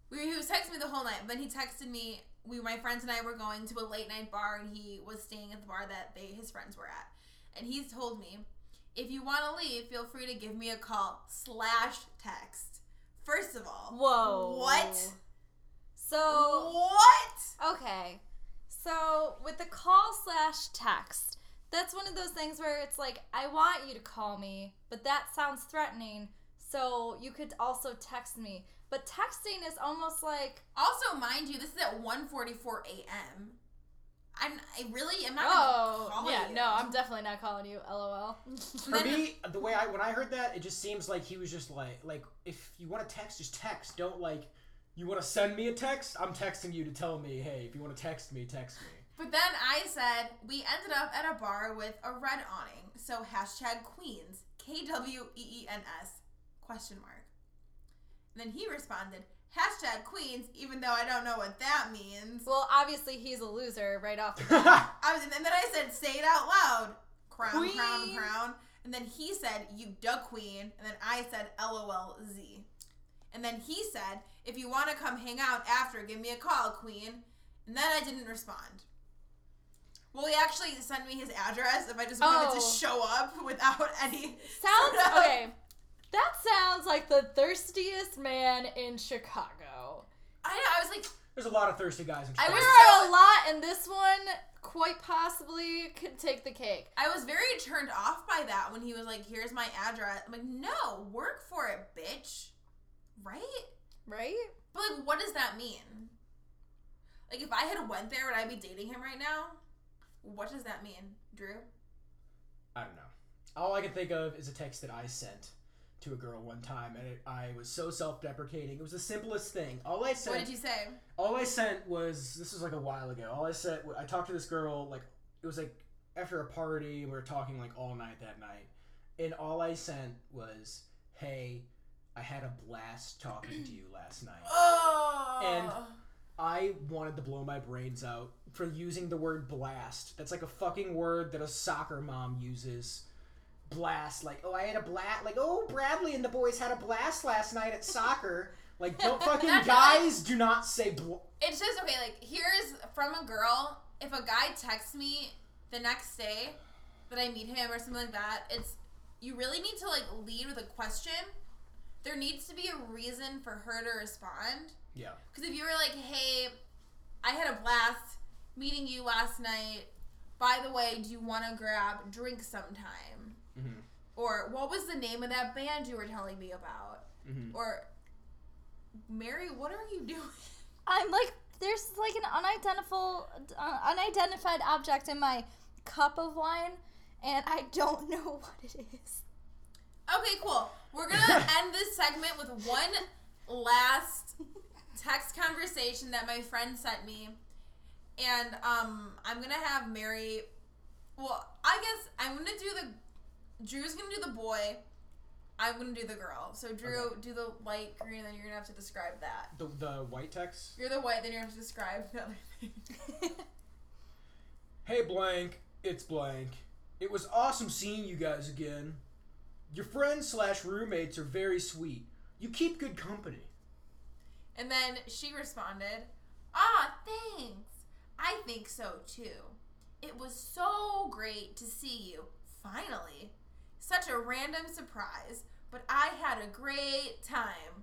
A: We, he was texting me the whole night. But then he texted me. We, my friends and I, were going to a late night bar, and he was staying at the bar that they his friends were at. And he's told me, if you want to leave, feel free to give me a call slash text. First of all,
B: Whoa.
A: What?
B: So,
A: What?
B: Okay. So with the call slash text, that's one of those things where it's like, I want you to call me, but that sounds threatening. So you could also text me. But texting is almost like,
A: Also, mind you, this is at 1:44 a.m. I'm I really am not. gonna
B: oh,
A: call
B: yeah,
A: you.
B: no, I'm definitely not calling you, lol.
C: For me, the way I when I heard that, it just seems like he was just like like if you want to text, just text. Don't like you want to send me a text. I'm texting you to tell me, hey, if you want to text me, text me.
A: But then I said we ended up at a bar with a red awning. So hashtag Queens K W E E N S question mark. And then he responded hashtag Queens, even though I don't know what that means.
B: well, obviously he's a loser right off the bat.
C: I
A: I was, and then I said say it out loud. Crown, crown,
B: Queen.
A: crown. And then he said you duh queen. And then I said lol z. And then he said if you want to come hang out after, give me a call, queen. And then I didn't respond. Well, he actually sent me his address if I just wanted
B: Oh.
A: to show up without any.
B: Sounds,
A: sort of-
B: okay. that sounds like the thirstiest man in Chicago.
A: I know. I was like,
C: There's a lot of thirsty guys in
A: I
C: Chicago.
A: was
B: There
A: so-
B: are a lot, and this one quite possibly could take the cake.
A: I was very turned off by that when he was like, "Here's my address." I'm like, "No, work for it, bitch." Right?
B: Right?
A: But like, what does that mean? Like, if I had went there, would I be dating him right now? What does that mean, Drew?
C: I don't know. All I can think of is a text that I sent to a girl one time, and it, I was so self-deprecating. It was the simplest thing. All I sent,
A: What did you say?
C: all I sent was this was like a while ago. All I sent, I talked to this girl like it was like after a party. We were talking like all night that night, and all I sent was, "Hey, I had a blast talking to you last night."
A: Oh.
C: And- I wanted to blow my brains out for using the word blast. That's like a fucking word that a soccer mom uses. Blast, like, oh, I had a blast, like, oh, Bradley and the boys had a blast last night at soccer. Like, don't fucking
A: That's-
C: guys, do not say bl-
A: it's just okay. Like, here's from a girl. If a guy texts me the next day that I meet him or something like that, it's you really need to like lead with a question. There needs to be a reason for her to respond.
C: Yeah.
A: Because if you were like, hey, I had a blast meeting you last night. By the way, do you want to grab drink sometime?
C: Mhm.
A: Or what was the name of that band you were telling me about?
C: Mhm.
A: Or Mary, what are you doing?
B: I'm like, there's like an unidentifiable, uh, unidentified object in my cup of wine, and I don't know what it is.
A: Okay, cool. We're gonna end this segment with one last text conversation that my friend sent me, and um, I'm gonna have Mary. Well, I guess I'm gonna do the. Drew's gonna do the boy. I'm gonna do the girl. So Drew, do the light green, then you're gonna have to describe that.
C: The, the white text.
A: You're the white, then you're gonna have to describe the other thing.
C: Hey, blank, it's blank. It was awesome seeing you guys again. Your friends slash roommates are very sweet. You keep good company.
A: And then she responded, Ah, thanks. I think so too. It was so great to see you, finally. Such a random surprise, but I had a great time.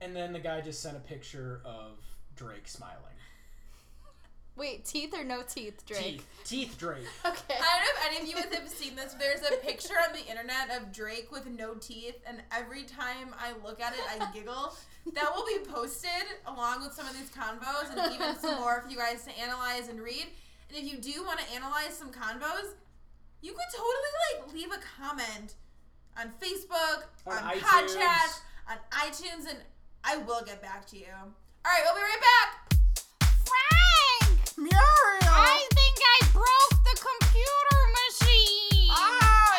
C: And then the guy just sent a picture of Drake smiling.
B: Wait, teeth or no teeth, Drake?
C: Teeth. Teeth Drake.
B: Okay.
A: I don't know if any of you have seen this, but there's a picture on the internet of Drake with no teeth, and every time I look at it, I giggle. That will be posted along with some of these convos and even some more for you guys to analyze and read. And if you do want to analyze some convos, you could totally like leave a comment on Facebook,
C: On
A: on,
C: iTunes.
A: Podcast, on iTunes, and I will get back to you. All right, we'll be right back.
B: Frank! Muriel! I think I broke the computer machine!
A: Ah!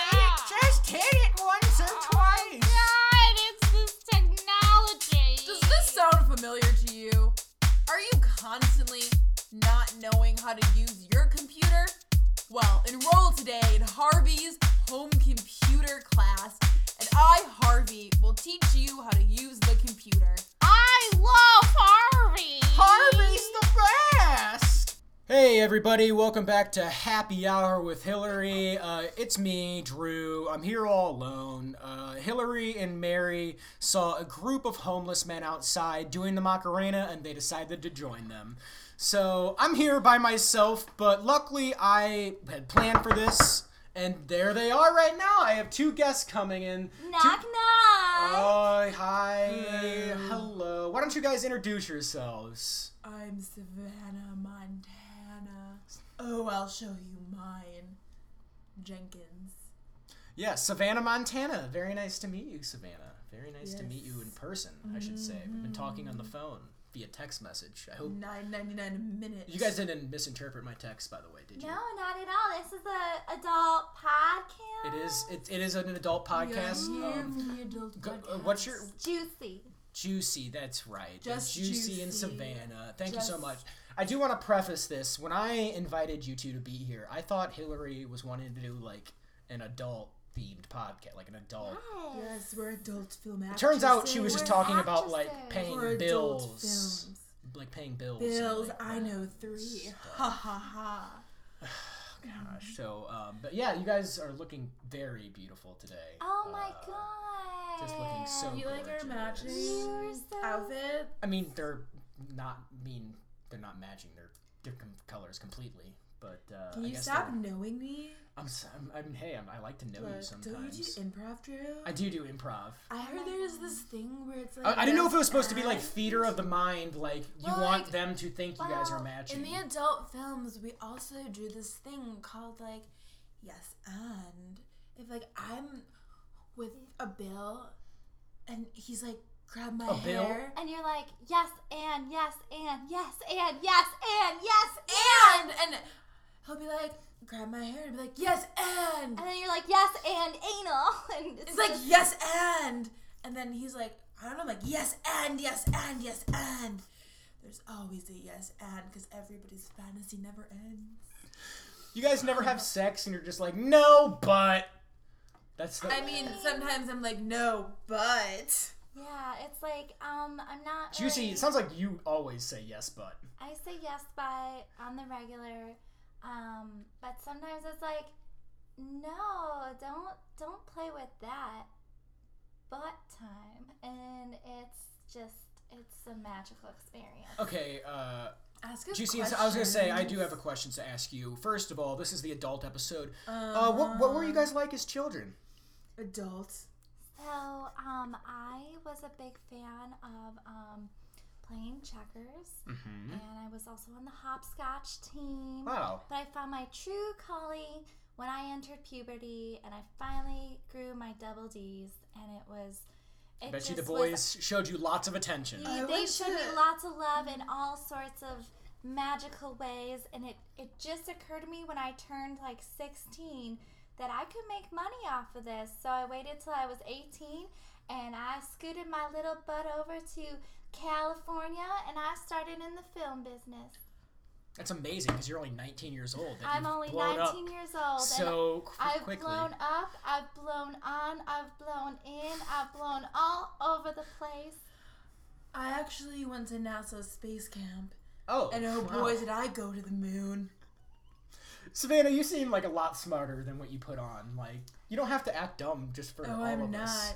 F: just hit it once or twice.
B: God, it's this technology!
A: Does this sound familiar to you? Are you constantly not knowing how to use your computer? Well, enroll today in Harvey's home computer class, and I, Harvey, will teach you how to use the computer.
B: I love Harvey!
F: Harvey's the best. Hey everybody, welcome back to Happy Hour with Hillary. Uh, it's me, Drew. I'm here all alone. Uh, Hillary and Mary saw a group of homeless men outside doing the Macarena, and they decided to join them. So I'm here by myself, but luckily I had planned for this, and there they are right now. I have two guests coming in. Two-
B: Knock knock!
F: Oh, hi. Hello. Why don't you guys introduce yourselves?
A: I'm Savannah Montana. Oh, I'll show you mine. Jenkins.
F: Yeah, Savannah, Montana. Very nice to meet you, Savannah. Very nice to meet you
A: Yes.
F: in person, I should say. We've been talking on the phone via text message. I hope
A: 9.99 a minute.
F: you guys didn't misinterpret my text, by the way, did you?
B: No, not at all. This is an adult podcast.
F: It is it, it is an adult podcast. Um, go- uh, what's your
B: Juicy.
F: Juicy, that's right.
A: Just
F: juicy, and
A: Juicy.
F: Savannah. Thank you so
A: Just-
F: much. I do want to preface this. When I invited you two to be here, I thought Hillary was wanting to do like an adult themed podcast, like an adult.
A: Yes, we're adult film actors.
F: Turns out she was just
B: We're
F: talking about like
B: actresses.
F: paying bills. Like paying bills. and,
A: Bills,
F: like,
A: I
F: that.
A: know three. Ha ha ha.
F: Gosh.
C: So, um, but yeah, you guys are looking very beautiful today.
F: Oh my
C: Uh,
F: god.
C: Just looking so.
A: You like our
C: gorgeous.
A: matching
F: You're so.
A: outfit.
C: I mean, they're not mean. They're not matching. They're different colors completely. But uh,
A: Can
C: I
A: you
C: guess
A: stop
C: they're-
A: knowing me?
C: I'm, s- I'm, I'm. Hey, I'm, I like to know you
A: Like,
C: sometimes.
A: don't you do improv drill?
C: I do do improv.
A: I heard there's this thing where it's like
C: I, I didn't know if it was
A: best
C: supposed to be like
A: act.
C: theater of the mind, like you
A: Well,
C: want
A: like-
C: them to think you guys are
F: well,
C: matching.
A: In the adult films, we also do this thing called like yes and. If like I'm with a Bill, and he's like grab my
C: A Bill?
A: hair.
F: And you're like, yes, and, yes, and, yes, and, yes, and, yes,
A: and
F: and.
A: and he'll be like grab my hair and be like yes and
F: And then you're like, yes, and anal. And it's,
A: it's like
F: just-
A: yes and and then he's like I don't know I'm like yes and yes and yes and there's always a yes and because everybody's fantasy never ends.
C: you guys never have sex, and you're just like, no, but that's. The,
A: I mean sometimes I'm like no but
F: yeah, it's like, um, I'm not.
C: juicy.
F: really-
C: It sounds like you always say yes, but
F: I say yes by on the regular, um, but sometimes it's like, no, don't don't play with that butt time, and it's just it's a magical experience.
C: okay. uh...
A: ask us
C: Juicy, I was gonna say I do have a question to ask you. First of all, this is the adult episode.
A: um,
C: Uh, what what were you guys like as children?
A: adult
F: So um, I was a big fan of um, playing checkers,
C: Mm-hmm. Oh,
F: and I was also on the hopscotch team.
C: Wow.
F: But I found my true calling when I entered puberty and I finally grew my double D's, and it was. It
C: Bet you the
F: just
C: boys
F: was-
C: showed you lots of attention.
F: they-
A: I
F: they
A: went
F: showed me
A: to-
F: lots of love in all sorts of magical ways, and it, it just occurred to me when I turned like 16 that I could make money off of this. So I waited till I was 18 and I scooted my little butt over to California and I started in the film business.
C: That's amazing because you're only 19 years old. that
F: I'm
C: you've
F: only 19
C: blown up
F: years old. and
C: So qu-
F: I've
C: quickly.
F: blown up, I've blown on, I've blown in, I've blown all over the place.
A: I actually went to NASA's space camp
C: Oh,
A: and oh
C: wow.
A: boy did I go to the moon
C: Savannah, you seem like a lot smarter than what you put on. Like you don't have to act dumb just for
A: Oh,
C: all
A: I'm
C: of
A: not.
C: us.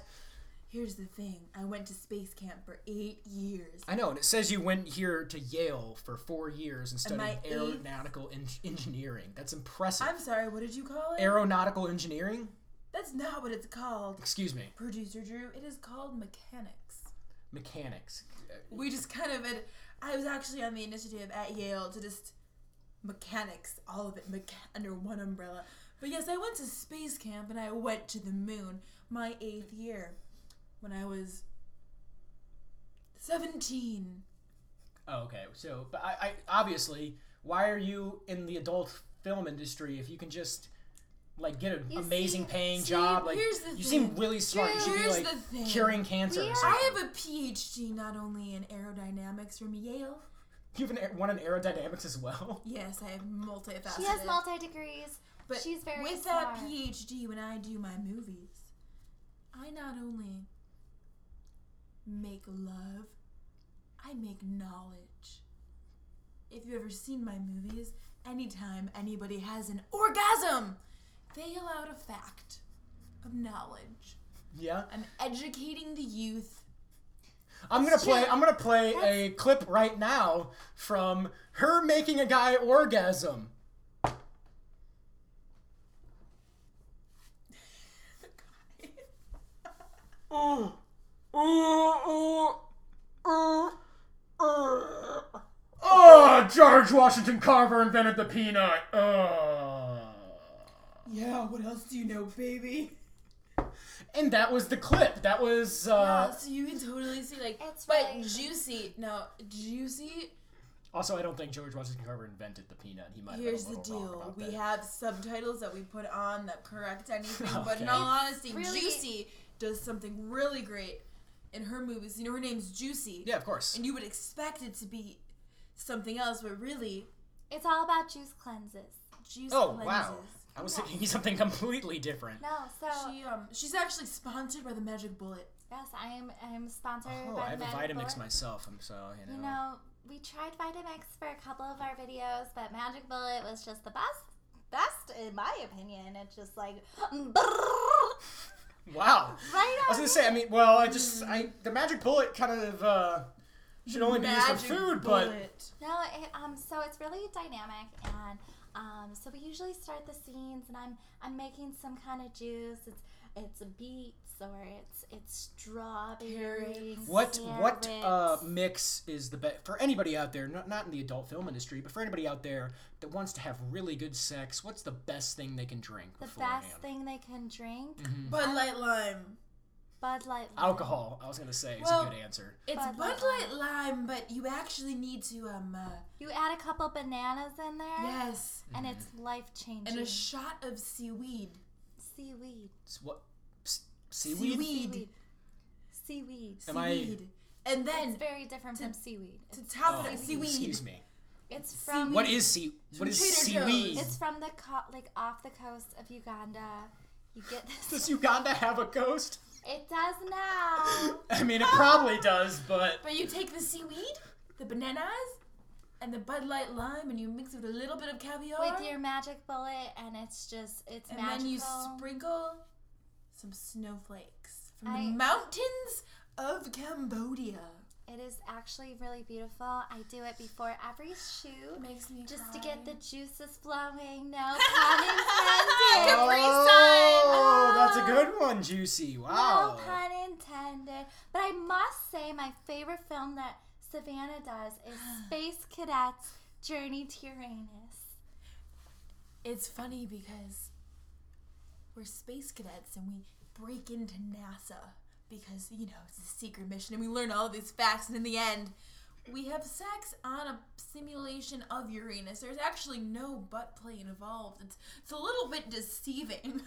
A: Here's the thing. I went to space camp for eight years.
C: I know, and it says you went here to Yale for four years and
A: And my
C: studied
A: eighth-
C: aeronautical en- engineering. That's impressive.
A: I'm sorry, what did you call it?
C: aeronautical engineering?
A: That's not what it's called.
C: Excuse me,
A: Producer Drew, it is called mechanics.
C: mechanics.
A: We just kind of had, I was actually on the initiative at Yale to just mechanics, all of it mecha- under one umbrella. But yes, I went to space camp and I went to the moon my eighth year when I was 17.
C: Oh, okay, so but I, I obviously, why are you in the adult film industry if you can just like get an
F: You
C: amazing
F: see-
C: paying
A: see,
C: job? Like
A: here's the
C: you
A: thing.
C: seem really smart. you should be
A: Here's
C: like
A: the thing.
C: curing cancer.
F: We
C: or
F: are-
C: something.
A: I have a PhD not only in aerodynamics from Yale,
C: You've an, won an aerodynamics as well.
A: Yes, I have multifaceted.
F: She has multi degrees.
A: But
F: she's very
A: with that
F: smart.
A: PhD, when I do my movies, I not only make love, I make knowledge. If you've ever seen my movies, anytime anybody has an orgasm, they yell out a fact of knowledge.
C: Yeah.
A: I'm educating the youth.
C: I'm gonna play.
F: true.
C: I'm gonna play a clip right now from her making a guy orgasm. Oh, George Washington Carver invented the peanut. Oh.
A: Yeah, what else do you know, baby?
C: And that was the clip. That was uh,
A: yeah, so you can totally see like
F: It's
A: but
F: really-
A: juicy. No, juicy
C: also. I don't think George Washington Carver invented the peanut. He might. have been a
A: Here's the
C: little wrong
A: deal.
C: about
A: We
C: that.
A: have subtitles that we put on that correct anything, but
C: Okay.
A: in all honesty,
F: Really-
A: Juicy does something really great in her movies. You know, her name's Juicy.
C: Yeah, of course.
A: And you would expect it to be something else, but really,
F: It's all about juice cleanses.
A: Juice
C: Oh
A: cleanses.
C: wow! I was thinking something completely different.
F: No, so
A: She um she's actually sponsored by the Magic Bullet.
F: yes, I am I am sponsored
C: Oh,
F: by
C: I have a
F: Magic
C: Vitamix
F: Bullet.
C: myself. I'm so you know.
F: You know, we tried Vitamix for a couple of our videos, but Magic Bullet was just the best. Best in my opinion. It's just like, right
C: Wow. I was
F: on.
C: gonna say, I mean, well, I just, I the magic bullet kind of uh, should only be used for food,
F: No, it, um, so it's really dynamic, and um, so we usually start the scenes, and I'm I'm making some kind of juice. It's it's beets or it's it's strawberries.
C: but what what uh,
F: carrots.
C: mix is the best for anybody out there? Not not in the adult film industry, but for anybody out there that wants to have really good sex, what's the best thing they can drink
F: the
C: beforehand? Mm-hmm.
F: best thing they can drink?
C: Mm.
A: Bud Light Lime.
F: Bud Light. Lime.
C: Alcohol. I was gonna say is
A: Well-
C: a good answer.
A: It's
F: Bud
A: Bud,
F: Light
A: Light Lime, but you actually need to um uh,
F: You add a couple bananas in there,
A: yes,
F: and it's life changing.
A: and a shot of seaweed.
F: seaweed,
C: It's what s- seaweed.
A: Seaweed.
F: seaweed, seaweed.
C: Am I-
A: Seaweed. And then
F: It's very different from seaweed.
A: to
F: It's,
A: top
C: Oh,
A: it, seaweed.
C: Excuse me.
F: it's from
C: What is sea? What
A: from
C: is
A: Trader Joe's.
C: seaweed?
F: It's from the co- like off the coast of Uganda. You get this.
C: Does Uganda have a ghost?
F: It does now.
C: I mean, it probably does, but
A: But you take the seaweed, the bananas, and the Bud Light Lime, and you mix it with a little bit of caviar.
F: With your magic bullet, and it's just it's
A: and
F: magical.
A: then you sprinkle some snowflakes from
F: I-
A: the mountains of Cambodia.
F: it is actually really beautiful. I do it before every shoot,
A: Makes me
F: just to
A: cry.
F: get the juices flowing. No pun intended.
A: Capri
C: Oh,
A: Sun.
C: that's
F: Ah.
C: a good one, Juicy. Wow.
F: No pun intended. But I must say, my favorite film that Savannah does is Space Cadets: Journey to Uranus.
A: It's funny because we're space cadets and we break into NASA because, you know, it's a secret mission and we learn all these facts, and in the end, we have sex on a simulation of Uranus. There's actually no butt play involved. It's, it's a little bit deceiving.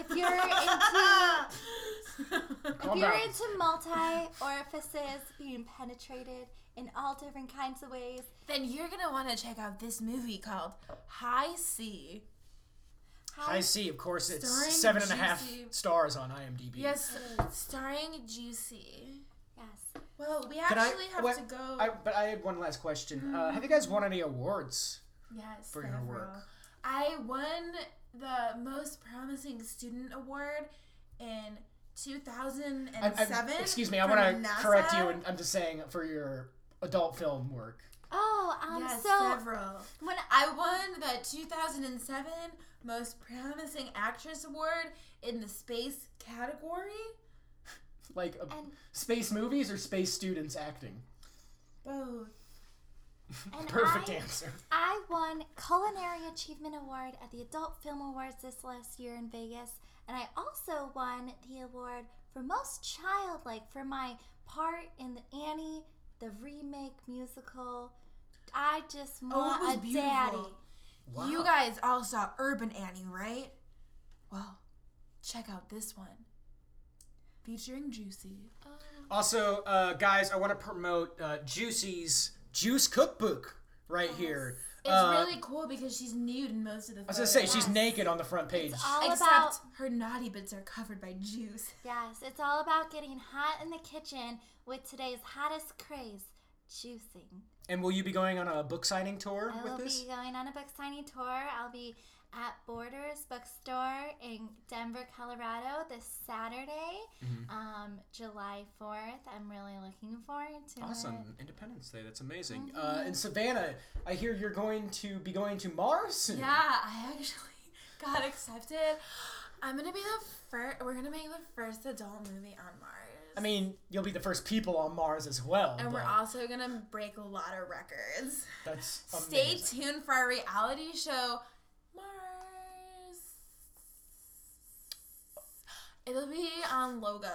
F: If you're into- If
C: Calm
F: you're
C: down.
F: into multi orifices being penetrated in all different kinds of ways,
A: then you're going to want to check out this movie called High C.
F: how
C: I see. Of course, it's
A: Starring
C: seven and a half
A: Juicy.
C: stars on IMDb.
A: Yes, starring Juicy.
F: yes,
A: Well, we
C: Can I-
A: actually have
C: what-
A: to go. Mm-hmm.
C: I, but I had one last question. Uh, have you guys won any awards?
A: Yes,
C: for your
A: several.
C: work.
A: I won the most promising student award in 2007.
C: I- I- excuse me. I
A: from
C: want to
A: NASA.
C: correct you, and I'm just saying for your adult film work.
F: oh, um,
A: yes,
F: so
A: several.
F: when
A: I won the 2007 Most Promising Actress Award in the space category,
C: Like a,
F: And-
C: space movies or space students acting?
A: both
F: and
C: Perfect
F: I,
C: answer.
F: I won Culinary Achievement Award at the Adult Film Awards this last year in Vegas, and I also won the award for most childlike for my part in the Annie the remake musical. I just want
A: Oh, was
F: a
A: beautiful.
F: daddy.
A: You guys all saw Urban Annie, right? Well, check out this one. Featuring Juicy.
C: Also, uh, guys, I want to promote uh, Juicy's Juice Cookbook right here.
A: It's
C: Uh,
A: really cool because she's nude in most of the
C: I was
A: photos.
C: gonna say she's naked on the front page.
F: All
A: Except
F: about
A: her naughty bits are covered by juice.
F: Yes, it's all about getting hot in the kitchen with today's hottest craze, juicing.
C: And will you be going on a book signing tour
F: I will
C: with this?
F: be going on a book signing tour. I'll be at Borders Bookstore in Denver, Colorado this Saturday,
C: Mm-hmm.
F: um, July 4th. I'm really looking forward to it.
C: Awesome, Independence Day. That's amazing.
A: Mm-hmm.
C: Uh, and Savannah, I hear you're going to be going to Mars. soon.
A: Yeah, I actually got accepted. I'm gonna be the first. We're gonna make the first adult movie on Mars.
C: I mean, you'll be the first people on Mars as well.
A: and we're
C: but
A: also gonna break a lot of records.
C: That's
A: Stay
C: amazing.
A: tuned for our reality show, Mars. It'll be on Logo.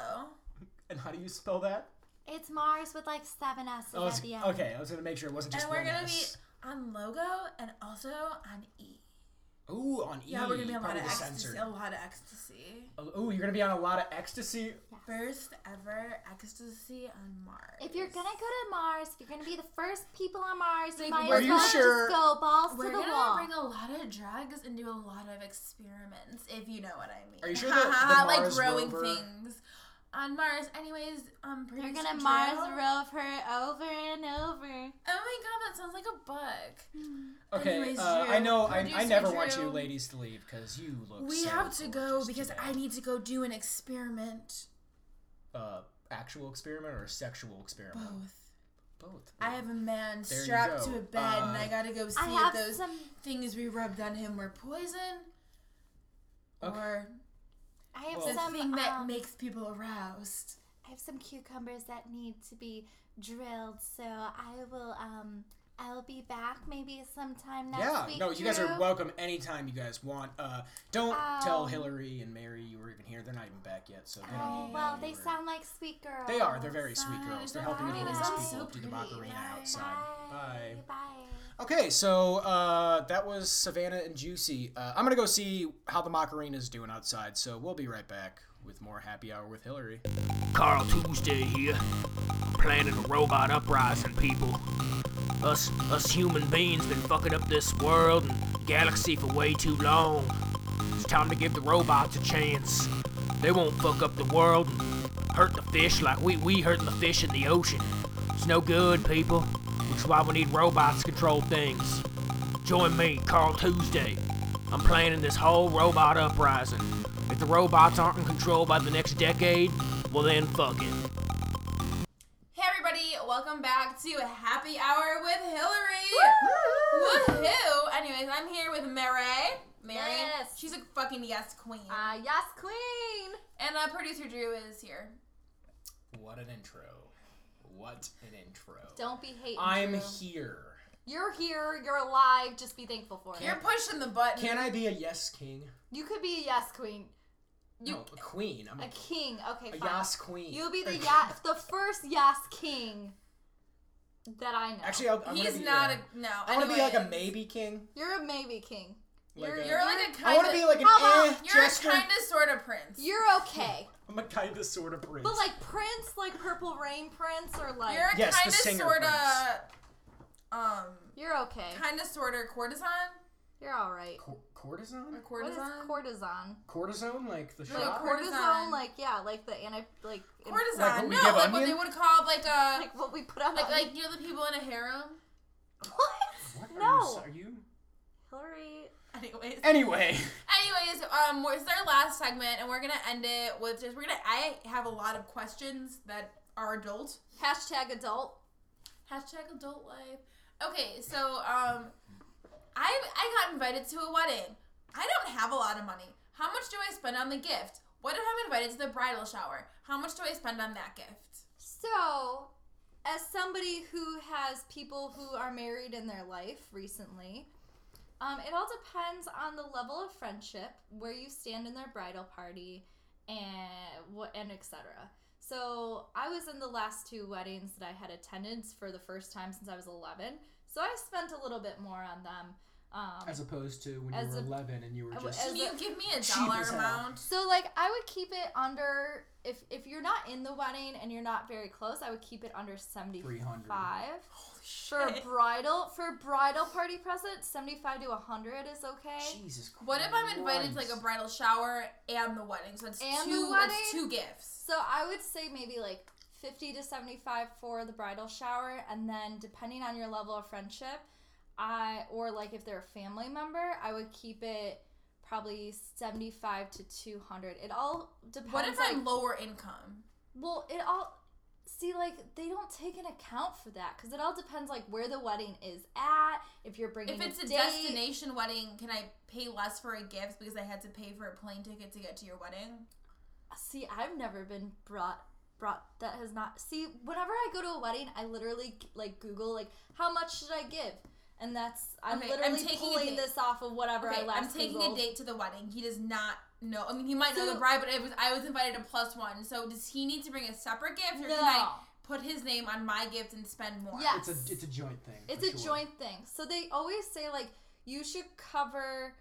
C: And how do you spell that?
F: It's Mars with like seven S's
C: I was-
F: at the end.
C: Oh, okay, I was gonna make sure it wasn't just
A: and we're
C: one
A: gonna
C: S.
A: be on Logo and also on E.
C: Ooh, on E.
A: Yeah, we're gonna be on a lot
C: probably
A: of ecstasy.
C: censored.
A: A lot of ecstasy.
C: Oh, Ooh, you're gonna be on a lot of ecstasy.
A: First ever ecstasy on Mars.
F: If you're gonna go to Mars, if you're gonna be the first people on Mars, you
A: Like,
F: might
A: Are
F: as
A: you
F: well just
C: sure-
F: go balls
A: we're
F: to the
A: gonna
F: wall.
A: bring a lot of drugs and do a lot of experiments, if you know what I mean.
C: Are you sure the- the
A: like
C: Mars
A: growing
C: rover-
A: things? on Mars. Anyways, um,
B: You're
A: Bruce
B: gonna
A: Jarrell-
B: Mars rove her over and over.
A: Oh my god, that sounds like a bug.
F: Okay,
A: Anyways,
F: uh,
A: Drew,
F: I know. I, I
A: producer
F: never want
A: Drew.
F: you ladies to leave because you look.
A: We
F: so
A: have to go
F: gorgeous
A: because
F: today.
A: I need to go do an experiment.
F: Uh, actual experiment or sexual experiment?
A: Both.
F: Both.
A: I have a man
F: There you
A: strapped
F: go.
A: to a bed, and I
F: Uh,
A: gotta go see
B: I have
A: if those
B: some.
A: things we rubbed on him were poison
F: Okay.
A: or
B: I have
F: Well-
A: the
B: some.
A: thing that
B: um,
A: makes people aroused.
B: I have some cucumbers that need to be drilled, so I will. Um, I'll be back maybe sometime next
F: yeah.
B: week.
F: No, you guys
B: Drew.
F: are welcome anytime you guys want. Uh, don't tell
B: Um,
F: Hillary and Mary you were even here. They're not even back yet, so they don't
B: Oh,
F: even know
B: well,
F: you
B: they
F: were-
B: sound like sweet girls.
F: They are. They're very sweet
A: Bye.
F: girls. They're
A: Bye.
F: helping
B: They
F: Hillary
B: sound
F: people
A: so
F: do the
A: pretty.
F: macarena
A: Bye.
F: outside. Bye.
B: Bye. Bye.
F: Okay, so uh, that was Savannah and Juicy. Uh, I'm gonna go see how the Macarena is doing outside. So we'll be right back with more happy hour with Hillary.
G: Carl Tuesday here, planning a robot uprising, people. Us, us human beings been fucking up this world and galaxy for way too long. It's time to give the robots a chance. They won't fuck up the world and hurt the fish like we we hurting the fish in the ocean. It's no good, people. Which is why we need robots to control things. Join me, Carl Tuesday. I'm planning this whole robot uprising. If the robots aren't in control by the next decade, well then fuck it.
A: Hey everybody, welcome back to Happy Hour with Hillary. Woohoo! Anyways, I'm here with Mary. Mary,
B: Yes.
A: she's a fucking yes queen.
B: Uh, yes, queen.
A: and uh, producer Drew is here.
F: What an intro! What an intro!
B: Don't be hating.
F: I'm
B: Drew.
F: here.
B: You're here. You're alive. Just be thankful for it.
A: You're pushing the button.
F: Can I be a yes king?
B: You could be a yes queen, You-
F: no, a queen. I'm
B: a
F: a,
B: king. Okay,
F: a
B: fine.
F: yes queen.
B: You'll be the yes, the first yes king that I know.
F: Actually, I'll, I'm
A: He's
F: gonna be,
A: not
F: uh,
A: a no.
F: I want to be like a
A: anyways.
F: maybe king.
B: you're a maybe king.
F: Like
B: You're-
F: a-
A: You're like a
F: I
A: kind
F: want
A: of.
F: to be like an
B: How
F: eh
B: about-
A: you're a
F: jester.
A: kind of sort of prince.
B: You're okay,
F: I'm a kind of sort of prince.
B: but like Prince, like Purple Rain Prince, or like
A: You're a
F: Yes, the
A: kind of
F: singer
A: sort of.
F: prince.
A: Um,
B: you're okay.
A: kind of sort of courtesan.
B: You're all right.
F: Cor- cortisone.
A: A
B: What
A: courtesan.
B: is courtesan?
F: Cortisone, like the
B: Like
F: shot.
A: cor-
B: cortisone,
A: Cortisone.
B: like yeah, like the anti, like in-
A: Courtesan.
F: Like what we
A: no, like
F: give
A: what
F: onion?
A: they would call like a
B: like what we put on
A: like
B: the-
A: like you know the people in a harem.
B: what?
F: What
B: No,
F: Are you, are you?
B: Hillary.
A: Anyways,
F: Anyway,
A: anyways, um, we're- it's our last segment, and we're gonna end it with just we're gonna. I have a lot of questions that are adult.
B: Hashtag adult.
A: Hashtag adult life. Okay, so um, I I got invited to a wedding. I don't have a lot of money. How much do I spend on the gift? What if I'm invited to the bridal shower? How much do I spend on that gift?
B: So, as somebody who has people who are married in their life recently, um, it all depends on the level of friendship, where you stand in their bridal party, and what and etc. So I was in the last two weddings that I had attended for the first time since I was 11. So I spent a little bit more on them. Um,
F: as opposed to when
B: As
F: you were
B: a-
F: 11 and you were
B: I w-
F: just
B: as
A: Can you
B: a-
A: give me a
F: Cheap
A: dollar
F: as hell.
A: amount?
B: So like I would keep it under if if you're not in the wedding and you're not very close, I would keep it under 75.
F: 300.
B: For a bridal for bridal party present, 75 to 100 is okay.
F: Jesus Christ.
A: What if I'm invited to like a bridal shower and the wedding? So it's
B: And the
A: two
B: wedding?
A: it's two gifts.
B: So I would say maybe like 50 to 75 for the bridal shower and then depending on your level of friendship, I or like if they're a family member, I would keep it probably 75 to 200. It all depends
A: What if
B: like,
A: I'm lower income?
B: Well, it all see like they don't take an account for that because it all depends like where the wedding is at. If you're bringing
A: If it's a
B: date.
A: destination wedding, can I pay less for a gift because I had to pay for a plane ticket to get to your wedding?
B: See, I've never been brought brought that has not. See, whenever I go to a wedding, I literally like Google like how much should I give, and that's I'm
A: Okay, I'm
B: literally
A: taking a
B: pulling
A: date.
B: this off of whatever
A: Okay,
B: I last.
A: I'm taking
B: Googled.
A: a date to the wedding. He does not know. I mean, he might know
B: So-
A: the bride, but it was I was invited to plus one. So does he need to bring a separate gift, or
B: No.
A: can I put his name on my gift and spend more?
B: Yes.
F: It's a it's a joint thing.
B: It's
F: for
B: a
F: sure.
B: joint thing. So they always say like you should cover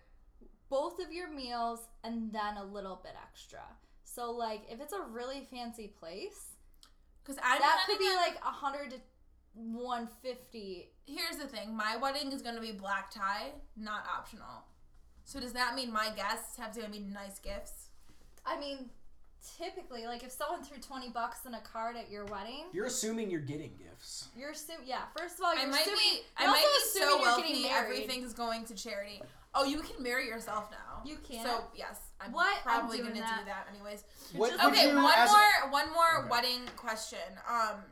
B: both of your meals and then a little bit extra. So like if it's a really fancy place,
A: because I'm
B: that could
A: planning
B: be
A: on-
B: like a hundred to one fifty.
A: Here's the thing: my wedding is going to be black tie, not optional. So does that mean my guests have to give me nice gifts?
B: I mean, typically like if someone threw 20 bucks in a card at your wedding
F: You're assuming you're getting gifts.
B: you're assuming yeah first of all you're
A: I might
B: assuming
A: be. I
B: you're
A: might be
B: also
A: so
B: assuming you're getting
A: wealthy.
B: married.
A: Everything's going to charity. Oh, you can marry yourself now.
B: You can.
A: So yes, I'm
B: What? I'm
A: probably
B: doing
A: gonna
B: that.
A: do that anyways.
C: What
B: just-
C: would
A: Okay,
C: you,
A: one
C: as-
A: more one more
F: Okay.
A: wedding question. Um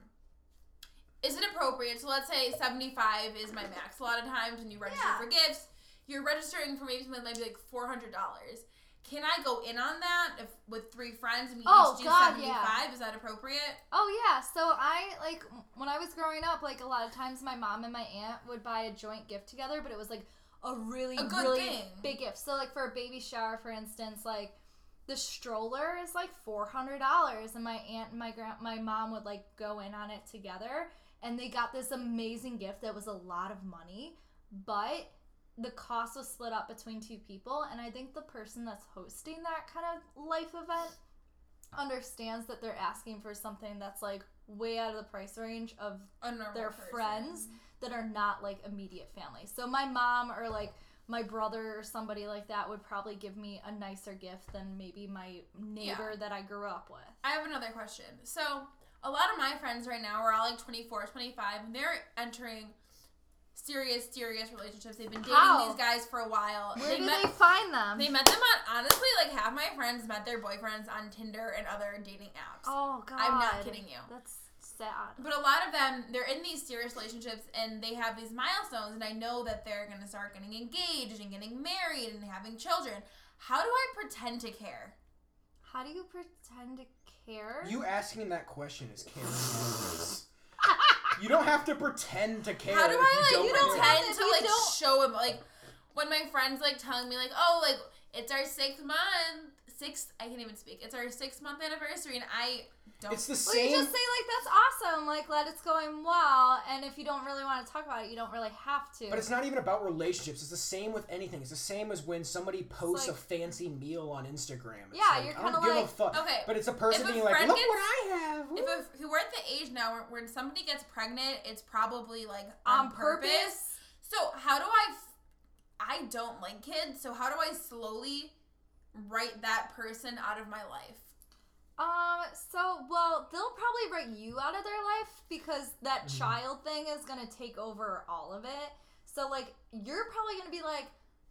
A: is it appropriate? So let's say 75 is my max a lot of times when you register
B: Yeah.
A: for gifts. You're registering for maybe something maybe like $400. Can I go in on that if with three friends and we
B: Oh,
A: each do
B: God,
A: 75? Is that appropriate?
B: Oh yeah, so I like when I was growing up, like a lot of times my mom and my aunt would buy a joint gift together, but it was like a really
A: A good
B: really
A: thing.
B: big gift. So like for a baby shower, for instance, like the stroller is like four hundred dollars, and my aunt and my grand my mom would like go in on it together, and they got this amazing gift that was a lot of money, but the cost was split up between two people, and I think the person that's hosting that kind of life event understands that they're asking for something that's like way out of the price range of
A: A normal
B: their
A: person.
B: friends that are not like immediate family. So my mom or like my brother or somebody like that would probably give me a nicer gift than maybe my neighbor that I grew up with.
A: I have another question. So, a lot of my friends right now are all like 24, 25, and they're entering serious, serious relationships. They've been dating
B: How?
A: these guys for a while.
B: Where do
A: met,
B: they find them?
A: they met them on, honestly, like half my friends met their boyfriends on Tinder and other dating apps.
B: oh god.
A: I'm not kidding you.
B: That's sad.
A: But a lot of them, they're in these serious relationships and they have these milestones, and I know that they're going to start getting engaged and getting married and having children. How do I pretend to care?
B: How do you pretend to care?
C: You asking that question is careless. you don't have to pretend to care.
A: How do
C: if
A: I like
C: you
A: you
C: don't
A: don't
C: care.
A: tend
B: to-
A: to
B: you
A: like
B: don't-
A: show him like when my friends like telling me like oh like it's our sixth month sixth I can't even speak it's our sixth month anniversary and I don't
C: It's the
B: well,
C: same.
B: you just say like that's awesome, like let it's going well, and if you don't really want to talk about it, you don't really have to.
C: But it's not even about relationships. It's the same with anything. It's the same as when somebody posts
B: like-
C: a fancy meal on Instagram. It's
B: Yeah,
C: like,
B: you're
C: I don't
B: kinda
C: give a
B: like,
C: fuck.
A: okay,
C: But it's a person
A: if a
C: being like,
A: friend
C: look
A: gets-
C: what I have.
A: if
C: Woo."
A: a, we're at the age now where when somebody gets pregnant it's probably like on,
B: on
A: purpose.
B: purpose.
A: so how do I f- I don't like kids so how do I slowly write that person out of my life
B: Um, so, well, they'll probably write you out of their life because that
C: Mm-hmm.
B: child thing is going to take over all of it. So, like, you're probably going to be like,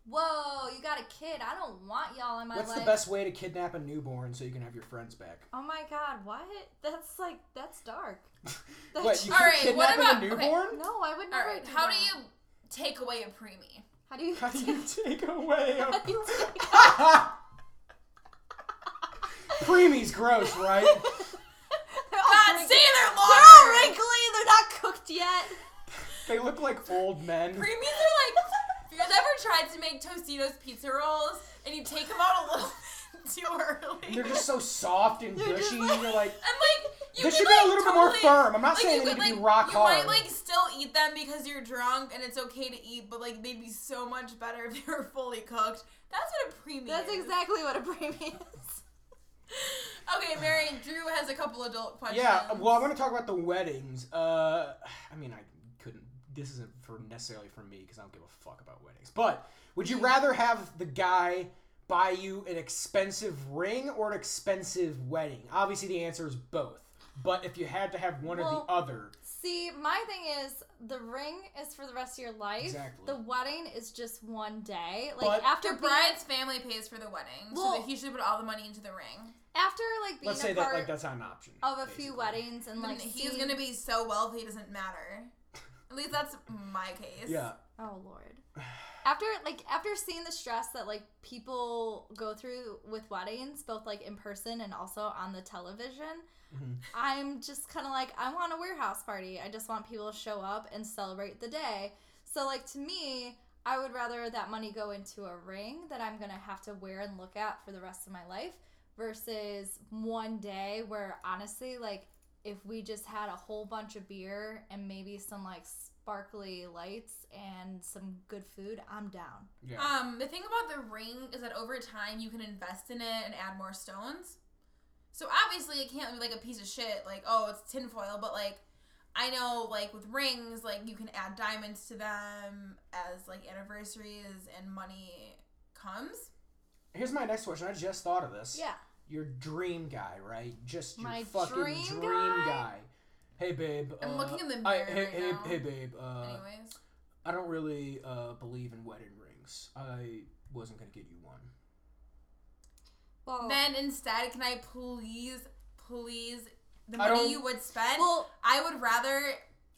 B: whoa, you got a kid. I don't want y'all in my
C: What's
B: life.
C: the best way to kidnap a newborn so you can have your friends back?
B: Oh my god, what? That's like, that's dark. That's,
C: What, you
A: All right,
C: kidnapping
A: what
C: a
A: about- okay.
C: newborn?
B: no, I would
A: all
B: never.
A: right
B: do
A: how do
B: that.
A: you take away a preemie
B: How do you.
C: How do you take away a preemie's gross, right?
B: They're all
A: God
B: wrinkly-
A: see their
B: They're all
A: lawyer
B: wrinkly. They're not cooked yet.
C: They look like old men.
A: Preemies are like, if you've ever tried to make Tostitos pizza rolls and you take them out a little too early,
C: They're just so soft and
B: They're just
C: gushy.
B: like-
C: You're like,
A: and like you
C: They
A: could,
C: should be
A: like,
C: a little bit more
A: totally,
C: firm. I'm not
A: like,
C: saying
A: you
C: they
A: could,
C: need to be
A: like-
C: rock
A: you
C: hard.
A: might like still eat them because you're drunk and it's okay to eat, but like they'd be so much better if they were fully cooked. That's what a preemie.
B: That's
A: is.
B: exactly what a preemie is.
A: Okay, Mary Drew has a couple adult questions.
C: yeah. Well, I want to talk about the weddings. Uh, I mean, I couldn't. This isn't for necessarily for me because I don't give a fuck about weddings. But would
B: Mm-hmm.
C: you rather have the guy buy you an expensive ring or an expensive wedding? Obviously, the answer is both. But if you had to have one
B: Well,
C: or the other,
B: See, my thing is the ring is for the rest of your life.
C: Exactly.
B: The wedding is just one day. Like
C: But-
B: after
A: Your
B: being,
A: bride's family pays for the wedding,
B: Well-
A: so that he should put all the money into the ring.
B: after like being
C: let's say
B: a
C: that
B: part
C: like that's not an option.
B: of a
C: basically.
B: few weddings and
A: And
B: like
A: he's
B: seeing-
A: gonna be so wealthy, it doesn't matter. At least that's my case.
C: Yeah.
B: Oh lord. After like after seeing the stress that like people go through with weddings, both like in person and also on the television,
C: Mhm.
B: I'm just kind of like I want a warehouse party. I just want people to show up and celebrate the day. So like to me, I would rather that money go into a ring that I'm gonna have to wear and look at for the rest of my life versus one day where honestly like if we just had a whole bunch of beer and maybe some like sparkly lights and some good food, I'm down.
C: Yeah.
A: Um, the thing about the ring is that over time you can invest in it and add more stones. So obviously it can't be like a piece of shit, like, oh, it's tinfoil, but like I know like with rings, like you can add diamonds to them as like anniversaries and money comes.
C: Here's my next question. I just thought of this.
B: Yeah.
C: your dream guy, right? Just your
B: My
C: fucking
B: dream
C: dream,
B: guy?
C: guy? Hey babe,
A: I'm
C: uh,
A: looking in the
C: I,
A: mirror
C: hey,
A: right
C: hey,
A: now.
C: hey babe, uh,
A: Anyways,
C: I don't really uh, believe in wedding rings. I wasn't gonna get you one. oh.
B: Well,
A: then instead, can I please, please, the
C: I
A: money
C: don't-
A: you would spend?
B: well,
A: I would rather.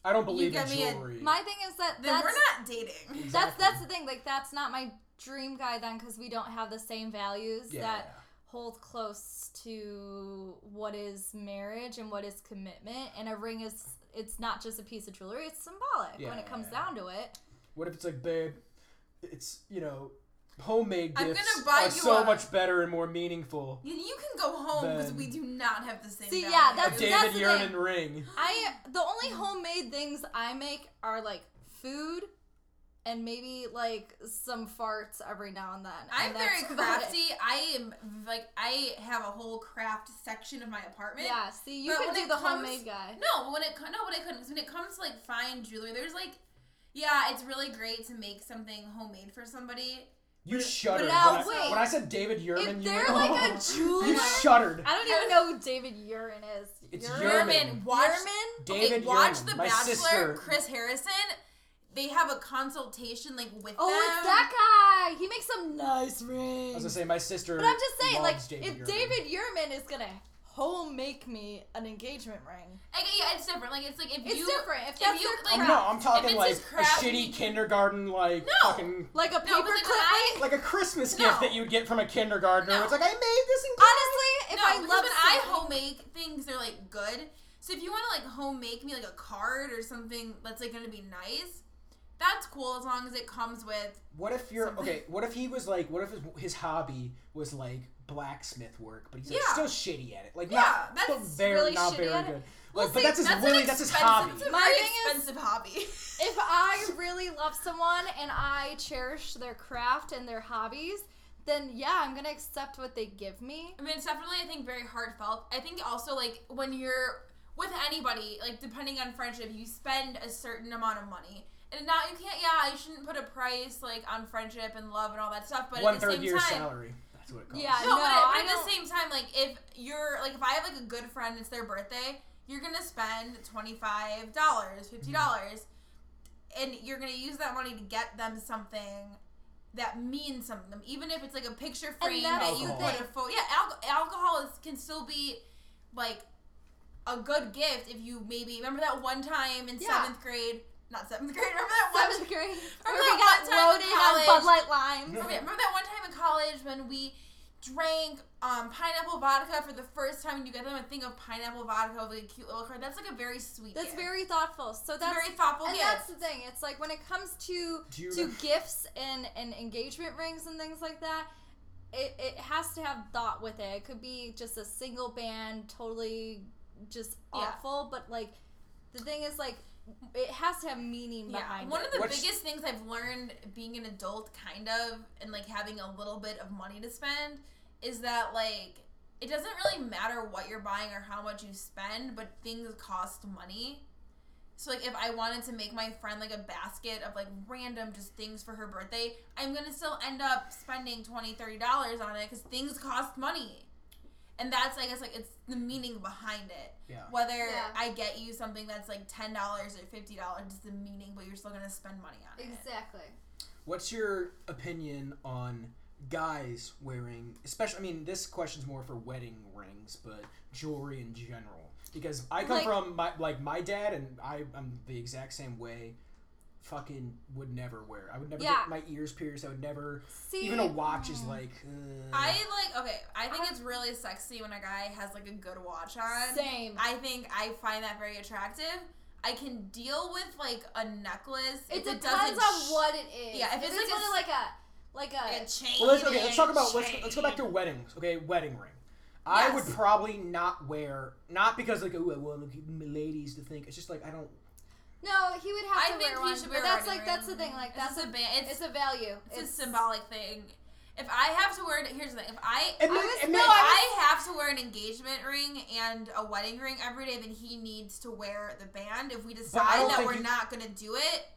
C: I don't believe in
A: get me a-
C: jewelry.
B: my thing is that
A: Then
B: that's,
A: we're not dating.
B: that's
C: Exactly.
B: that's the thing. Like that's not my dream guy then because we don't have the same values
C: yeah.
B: that hold close to what is marriage and what is commitment. And a ring is it's not just a piece of jewelry; it's symbolic when
C: Yeah,
B: it comes
C: yeah.
B: down to it.
C: What if it's like, babe, it's you know, homemade
A: I'm gonna
C: gifts
A: buy
C: are
A: you
C: so
A: a-
C: much better and more meaningful.
A: You you can go home because
C: Then-
A: we do not have the same.
B: See,
A: values.
B: yeah,
C: A
B: that's-
C: David
B: the
C: Yearman
B: thing.
C: ring.
B: I the only homemade things I make are like food and maybe like some farts every now and then. and
A: I'm very
B: that's about it.
A: crafty. I am like I have a whole craft section of my apartment.
B: Yeah, see, you
A: But
B: could
A: when
B: do
A: it
B: the
A: comes-
B: homemade guy.
A: No, but when it co- no, but I couldn't. 'cause When it comes to like fine jewelry, there's like, yeah, it's really great to make something homemade for somebody.
C: You shuddered when,
B: now,
C: I,
B: wait.
C: when I said David Yearman.
B: If
C: you
B: they're
C: went,
B: like a
C: you
B: jeweler,
C: shuddered.
B: I don't even know who David Urine is.
C: It's
B: Urin?
C: Yearman.
A: Yearman, watch
B: Yearman?
A: okay,
C: David
A: watch
C: Yearman,
A: The
C: my
A: Bachelor.
C: sister.
A: Chris Harrison. They have a consultation like with
B: Oh,
A: them.
B: it's that guy. He makes some nice
C: I was
B: rings.
C: gonna say my sister.
B: but I'm just saying, like,
C: loves David
B: if
C: Yearman.
B: David Urman is gonna home make me an engagement ring,
A: Like, yeah, it's different. Like it's like if
B: it's
A: you
B: different. If
A: if
B: that's
A: you,
B: your
A: like-
B: crap.
C: no, I'm
A: if
C: talking
A: it's
C: like
A: his
C: a
A: craft,
C: shitty
A: he-
C: kindergarten, like
A: No.
C: fucking
B: like a paper
A: No, but like,
B: clip.
A: when I-
C: like a Christmas
A: No.
C: gift that you'd get from a kindergartner.
A: No.
C: It's like I made this.
B: Honestly,
C: In-
B: if
A: no,
B: I
A: because
B: love
A: when I
B: something-
A: homemade things, they're like good. So if you want to like home make me like a card or something that's like gonna be nice, that's cool as long as it comes with.
C: what if you're
A: Something.
C: okay? What if he was like? What if his, his hobby was like blacksmith work, but he's like,
A: Yeah.
C: still shitty at it. Like
A: Yeah,
C: not, still
A: that's
C: very
B: really
C: not
B: shitty
C: very
B: at it.
C: good.
A: Well,
C: like,
A: see,
C: but that's his
A: an
C: really that's his
A: expensive-
C: hobby.
A: It's a
B: My
A: very
B: thing is-
A: expensive hobby.
B: if I really love someone and I cherish their craft and their hobbies, then yeah, I'm gonna accept what they give me.
A: I mean, it's definitely, I think, very heartfelt. I think also, like, when you're with anybody, like, depending on friendship, you spend a certain amount of money. And not, you can't, yeah, you shouldn't put a price, like, on friendship and love and all that stuff, but
C: One
A: at the
C: third
A: same
C: year
A: time.
C: salary. That's what it costs.
B: Yeah.
A: No, but, at-
B: No,
A: but
B: I
A: at
B: don't-
A: the same time, like, if you're, like, if I have, like, a good friend, it's their birthday, you're gonna spend $25,
B: Mm-hmm.
A: $50, dollars and you're gonna use that money to get them something. That means something, to them, even if it's like a picture frame
B: that's
A: that you
C: the
A: put
B: thing.
A: a photo. Yeah, al- alcohol is, can still be like a good gift if you maybe remember that one time in
B: Yeah.
A: seventh grade, not seventh grade. Remember that one.
B: Seventh grade,
A: Or
B: where
A: that
B: we got
A: one time in
B: loaded on Bud
A: college.
B: Light Limes.
A: Okay, remember that one time in college when we drank um, pineapple vodka for the first time and you got them a thing of pineapple vodka with a cute little card. That's like a very sweet.
B: That's
A: gift.
B: very thoughtful. So
A: It's a
B: that's
A: very thoughtful
B: and
A: gift.
B: that's the thing. It's like when it comes to
C: Do you
B: to
C: remember-
B: gifts and and engagement rings and things like that. It, it has to have thought with it. It could be just a single band, totally just
A: Yeah.
B: awful. But like, the thing is, like, it has to have meaning
A: Yeah,
B: behind
A: one
B: it.
A: of the
C: What's-
A: biggest things I've learned being an adult, kind of, and like having a little bit of money to spend, is that like it doesn't really matter what you're buying or how much you spend, but things cost money. So like if I wanted to make my friend like a basket of like random just things for her birthday, I'm gonna still end up spending 20 dollars on it because things cost money, and that's I guess like it's the meaning behind it
C: Yeah.
A: whether
B: Yeah.
A: I get you something that's like ten dollars or fifty dollars is the meaning, but you're still gonna spend money on it.
B: Exactly.
C: What's your opinion on guys wearing, especially? I mean, this question's more for wedding rings, but jewelry in general. Because I come
B: Like-
C: from my like my dad, and I, I'm the exact same way. Fucking would never wear. I would never
B: Yeah.
C: get my ears pierced. I would never.
B: See, mm.
C: even a watch is like. Uh,
A: I like okay. I think it's really sexy when a guy has like a good watch on.
B: Uh-huh. Same.
A: I think I find that very attractive. I can deal with like a necklace.
B: it
A: if
B: depends
A: doesn't
B: on
A: sh-
B: what it is.
A: Yeah, if it's like
B: really
A: a-
B: like a like a,
A: Like a chain.
C: Well, let's, okay,
A: and
C: let's talk about let's
A: chain.
C: let's go back to weddings. Okay, wedding ring. I
A: Yes.
C: would probably not wear not because like oh I want the ladies to think it's just like I don't
B: no, he would have
A: I
B: to
A: think
B: wear
A: he
B: one.
A: should
B: but
A: wear a
B: that's
A: wedding
B: like that's the
A: ring.
B: thing. Like
A: It's
B: that's
A: just
B: a
A: a ba- it's-
B: it's a value.
A: It's, a symbolic thing. If I have to wear it, here's the thing. If I
C: And then-
B: was-
C: and
B: no,
C: then-
A: If I have to wear an engagement ring and a wedding ring every day, then he needs to wear the band. If we decide
C: don't
A: that
C: think
A: we're
C: you-
A: not gonna do it,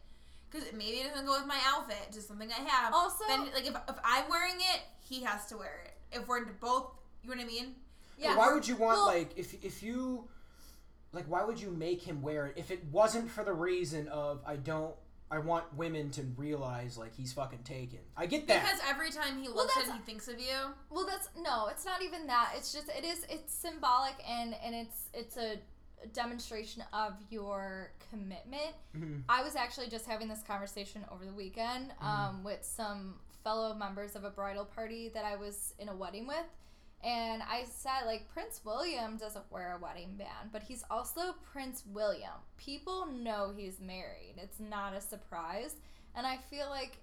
A: because maybe it doesn't go with my outfit, just something I have.
B: Also-
A: then like if, if I'm wearing it, he has to wear it. If we're both You know what I mean?
B: Yeah.
C: Why would you want
B: Well-
C: like if if you like why would you make him wear it if it wasn't for the reason of I don't I want women to realize like he's fucking taken. I get that.
A: Because every time he looks at it,
B: that's-
A: he thinks of you.
B: Well, that's no. It's not even that. It's just it is. It's symbolic and and it's it's a demonstration of your commitment.
C: Mm-hmm.
B: I was actually just having this conversation over the weekend um, with some fellow members of a bridal party that I was in a wedding with. And I said, like, Prince William doesn't wear a wedding band, but he's also Prince William. People know he's married. It's not a surprise. And I feel like,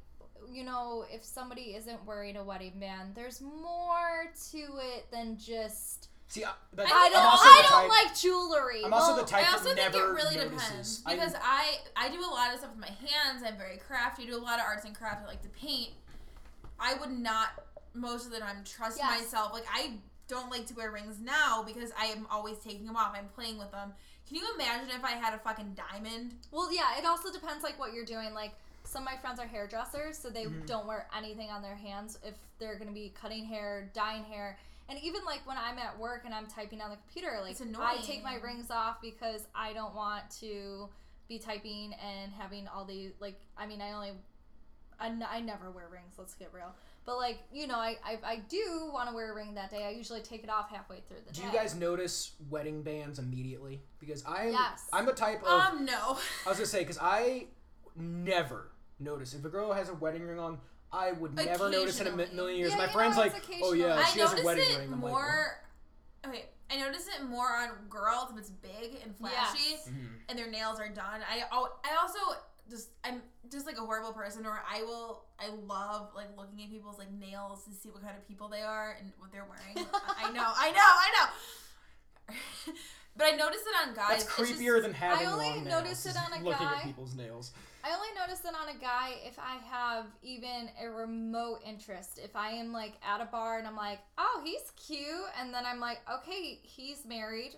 B: you know, if somebody isn't wearing a wedding band, there's more to it than just.
C: See, I, but
B: I
C: I'm
B: don't,
C: also
B: I
C: the
B: don't
C: type-
B: like jewelry.
C: I'm also
B: Well,
C: the type
A: I also
C: that
A: think it
C: never
A: really depends
C: notices. I-
A: because I, I do a lot of stuff with my hands. I'm very crafty. I do a lot of arts and crafts. I like to paint. I would not most of the time trust
B: Yes.
A: myself. Like I don't like to wear rings now because I am always taking them off. I'm playing with them. Can you imagine if I had a fucking diamond?
B: Well, yeah, it also depends like what you're doing. Like some of my friends are hairdressers, so they
C: Mm-hmm.
B: don't wear anything on their hands if they're gonna be cutting hair, dyeing hair, and even like when I'm at work and I'm typing on the computer, like
A: It's
B: I take my
A: annoying.
B: rings off because I don't want to be typing and having all the like. I mean, I only, I, n- I never wear rings. Let's get real. But like you know, I I, I do want to wear a ring that day. I usually take it off halfway through the
C: do
B: day.
C: you guys notice wedding bands immediately? Because I'm
B: Yes.
C: I'm a type of
A: Um, no.
C: I was gonna say because I never notice if a girl has a wedding ring on. I would never notice in a mi-
A: Occasionally.
C: million years.
B: Yeah,
C: My
B: you know,
C: friends
B: it's
C: like, oh yeah,
B: occasional.
A: I
C: she has
A: notice
C: a wedding
A: it
C: ring. I'm like, "What?"
A: more. okay, I notice it more on girls if it's big and flashy,
B: Yes.
C: Mm-hmm.
A: and their nails are done. I al- I also just I'm just like a horrible person, or I will I love like looking at people's like nails to see what kind of people they are and what they're wearing. I know, I know, I know. but I notice it on guys.
C: That's
A: It's just-
C: creepier than having
B: I only
C: long nails.
B: noticed it
C: is
B: on a
C: looking at
B: guy.
C: people's nails.
B: I only notice it on a guy if I have even a remote interest. If I am like at a bar and I'm like, oh, he's cute. And then I'm like, okay, he's married.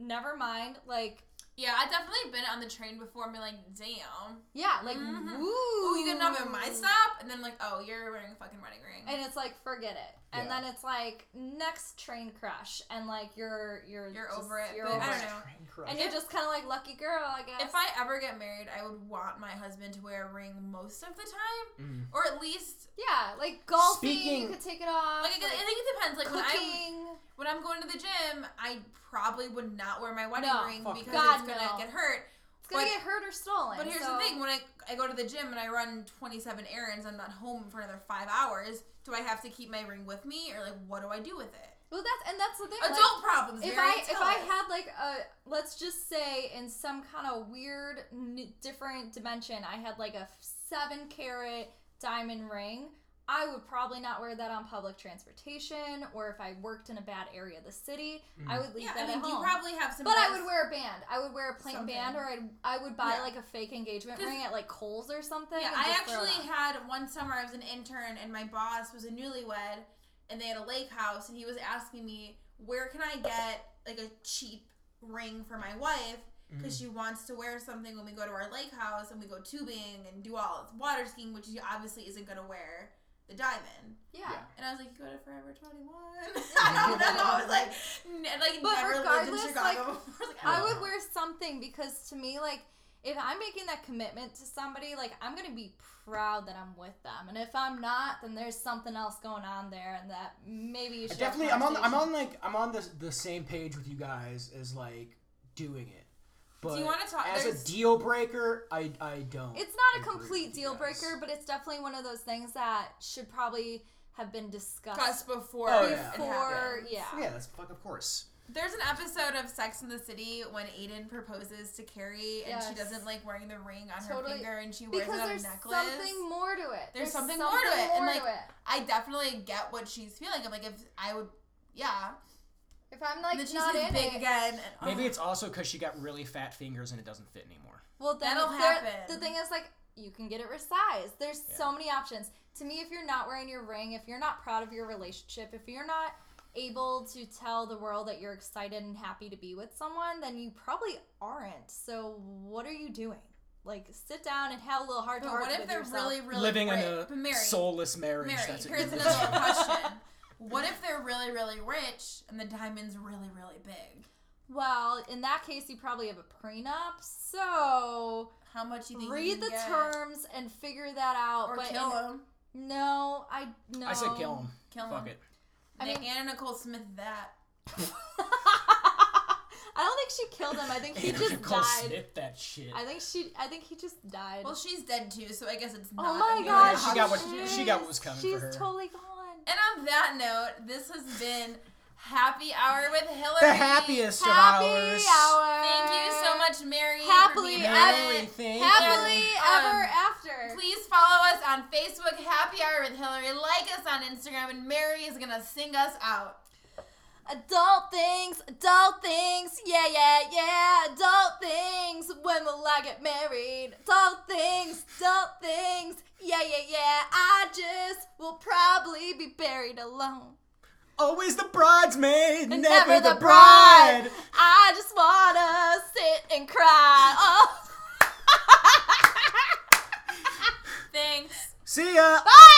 B: Never mind. Like,
A: yeah, I've definitely been on the train before and been like, damn.
B: yeah, like,
A: Mhm.
B: woo.
A: Oh, you got enough at my stop? And then like, oh, you're wearing a fucking wedding ring.
B: And it's like, forget it. And
C: Yeah.
B: then it's like, next train crush. And like, you're, you're,
A: You're
B: just-
A: over it,
B: You're
A: but
B: over
A: I don't
B: it.
A: know.
C: Train crush.
B: And you're just kind of like, lucky girl, I guess.
A: If I ever get married, I would want my husband to wear a ring most of the time,
C: Mm.
A: or at least
B: yeah, like golfing, you
C: Speaking-
B: could take it off.
A: like I, guess- I think it depends. Like when I
B: cooking.
A: when I'm going to the gym, I probably would not wear my wedding
B: No.
A: ring
C: Fuck
A: because
B: God,
A: it's gonna
B: no.
A: get hurt.
B: It's going
A: but-
B: to get hurt or stolen.
A: But here's
B: so-
A: the thing: when I I go to the gym and I run 27 errands, I'm not home for another five hours. Do I have to keep my ring with me, or like what do I do with it?
B: Well, that's, and that's the thing. like-
A: Adult problems.
B: if
A: Mary,
B: I if
A: tell
B: I
A: us.
B: had like a let's just say in some kind of weird n- different dimension, I had like a seven carat diamond ring. I would probably not wear that on public transportation, or if I worked in a bad area of the city, I would leave
A: yeah,
B: that
A: I mean,
B: at
A: you
B: home.
A: probably have some.
B: but I
A: nice-
B: would wear a band. I would wear a plain
A: Something.
B: band, or I'd, I would buy
A: Yeah.
B: like a fake engagement
A: 'Cause-
B: ring at like Kohl's or something.
A: Yeah,
B: and
A: I
B: just throw it
A: actually
B: on.
A: had one summer I was an intern and my boss was a newlywed and they had a lake house and he was asking me where can I get like a cheap ring for my wife
F: mm.
C: Mm.
A: because she wants to wear something when we go to our lake house and we go tubing and do all this water skiing which she obviously isn't going to wear the diamond.
B: yeah.
C: Yeah.
A: And I was like, you go to Forever 21. I don't know. I was like, n- like
B: But
A: never lived in
B: regardless,
A: Chicago
B: like,
A: before. I was like,
B: I
A: oh.
B: would wear something because to me, like, if I'm making that commitment to somebody, like, I'm gonna be proud that I'm with them, and if I'm not, then there's something else going on there, and that maybe you
C: I
B: should. have
C: definitely, I'm on. I'm
B: conversation.
C: on like I'm on the the same page with you guys as like doing it. But
A: you wanna talk-
C: as
A: there's-
C: a deal breaker? I I don't.
B: It's not a
C: agree
B: complete
C: with you
B: deal
C: guys.
B: breaker, but it's definitely one of those things that should probably have been discussed
A: Discuss before.
C: Oh,
A: it
C: yeah.
B: before.
A: happens.
B: Yeah.
C: Yeah, that's fuck. Of course.
A: There's an episode of Sex in the City when Aiden proposes to Carrie and she
B: Yes.
A: doesn't like wearing the ring on
B: Totally.
A: her finger and she wears
B: Because
A: it on a
B: there's
A: necklace.
B: something more to it.
A: There's something more to it, and,
B: more
A: like,
B: to it.
A: I definitely get what she's feeling. I'm like, if I would, yeah.
B: If I'm
A: And
B: like
A: then she's
B: not
A: just
B: in
A: big
B: it,
A: again. And, oh,
B: Uh-huh.
F: Maybe it's also because she got really fat fingers and it doesn't fit anymore.
B: Well, then
A: That'll
B: if they're-
A: happen.
B: The thing is, like, you can get it resized. There's so many options. To me, if you're not wearing your ring, if you're not proud of your relationship, if you're not able to tell the world that you're excited and happy to be with someone, then you probably aren't. So, what are you doing? Like, sit down and have a little heart to
A: but
B: heart
A: what if
B: with
A: they're
B: yourself.
A: really, really
F: Living in
A: great,
F: a
A: but married?
F: soulless marriage.
A: Married.
F: That's what
A: Here's
F: you're
A: another question: What if they're really, really rich and the diamond's really, really big?
B: Well, in that case, you probably have a prenup. So
A: How much you think? you
B: read
A: can
B: the
A: get?
B: terms and figure that out.
A: or
B: but
A: kill
B: in-
A: him.
B: No, I no.
F: I said kill him.
A: Kill
F: Fuck
A: him.
F: it.
B: I
A: I
B: mean-
A: mean, Anna Nicole Smith. That
B: I don't think she killed him. I think he just
F: Nicole
B: died.
F: Smith that shit.
B: I think she. I think he just died.
A: well, she's dead too, so I guess it's not.
B: oh my
A: immune
B: god,
F: Yeah, she
A: to
F: got what-
A: option.
F: she got what was coming for
B: She's
F: her.
B: totally gone.
A: And on that note, this has been Happy Hour with Hillary.
F: the happiest
B: Happy
F: of hours.
B: hour.
A: Thank you so much, Mary. for
B: Happily
A: being
B: ever-
A: on it.
F: Everything.
B: Happily
A: Um,
B: ever after.
A: Please follow us on Facebook, Happy Hour with Hillary. Like us on Instagram, and Mary is gonna sing us out.
B: Adult things, adult things, yeah, yeah, yeah. Adult things, when will I get married? Adult things, adult things, yeah, yeah, yeah. I just will probably be buried alone.
F: Always the bridesmaid,
B: And
F: never, the, bride.
B: I just wanna sit and cry. Oh.
A: Thanks.
F: See ya.
B: Bye!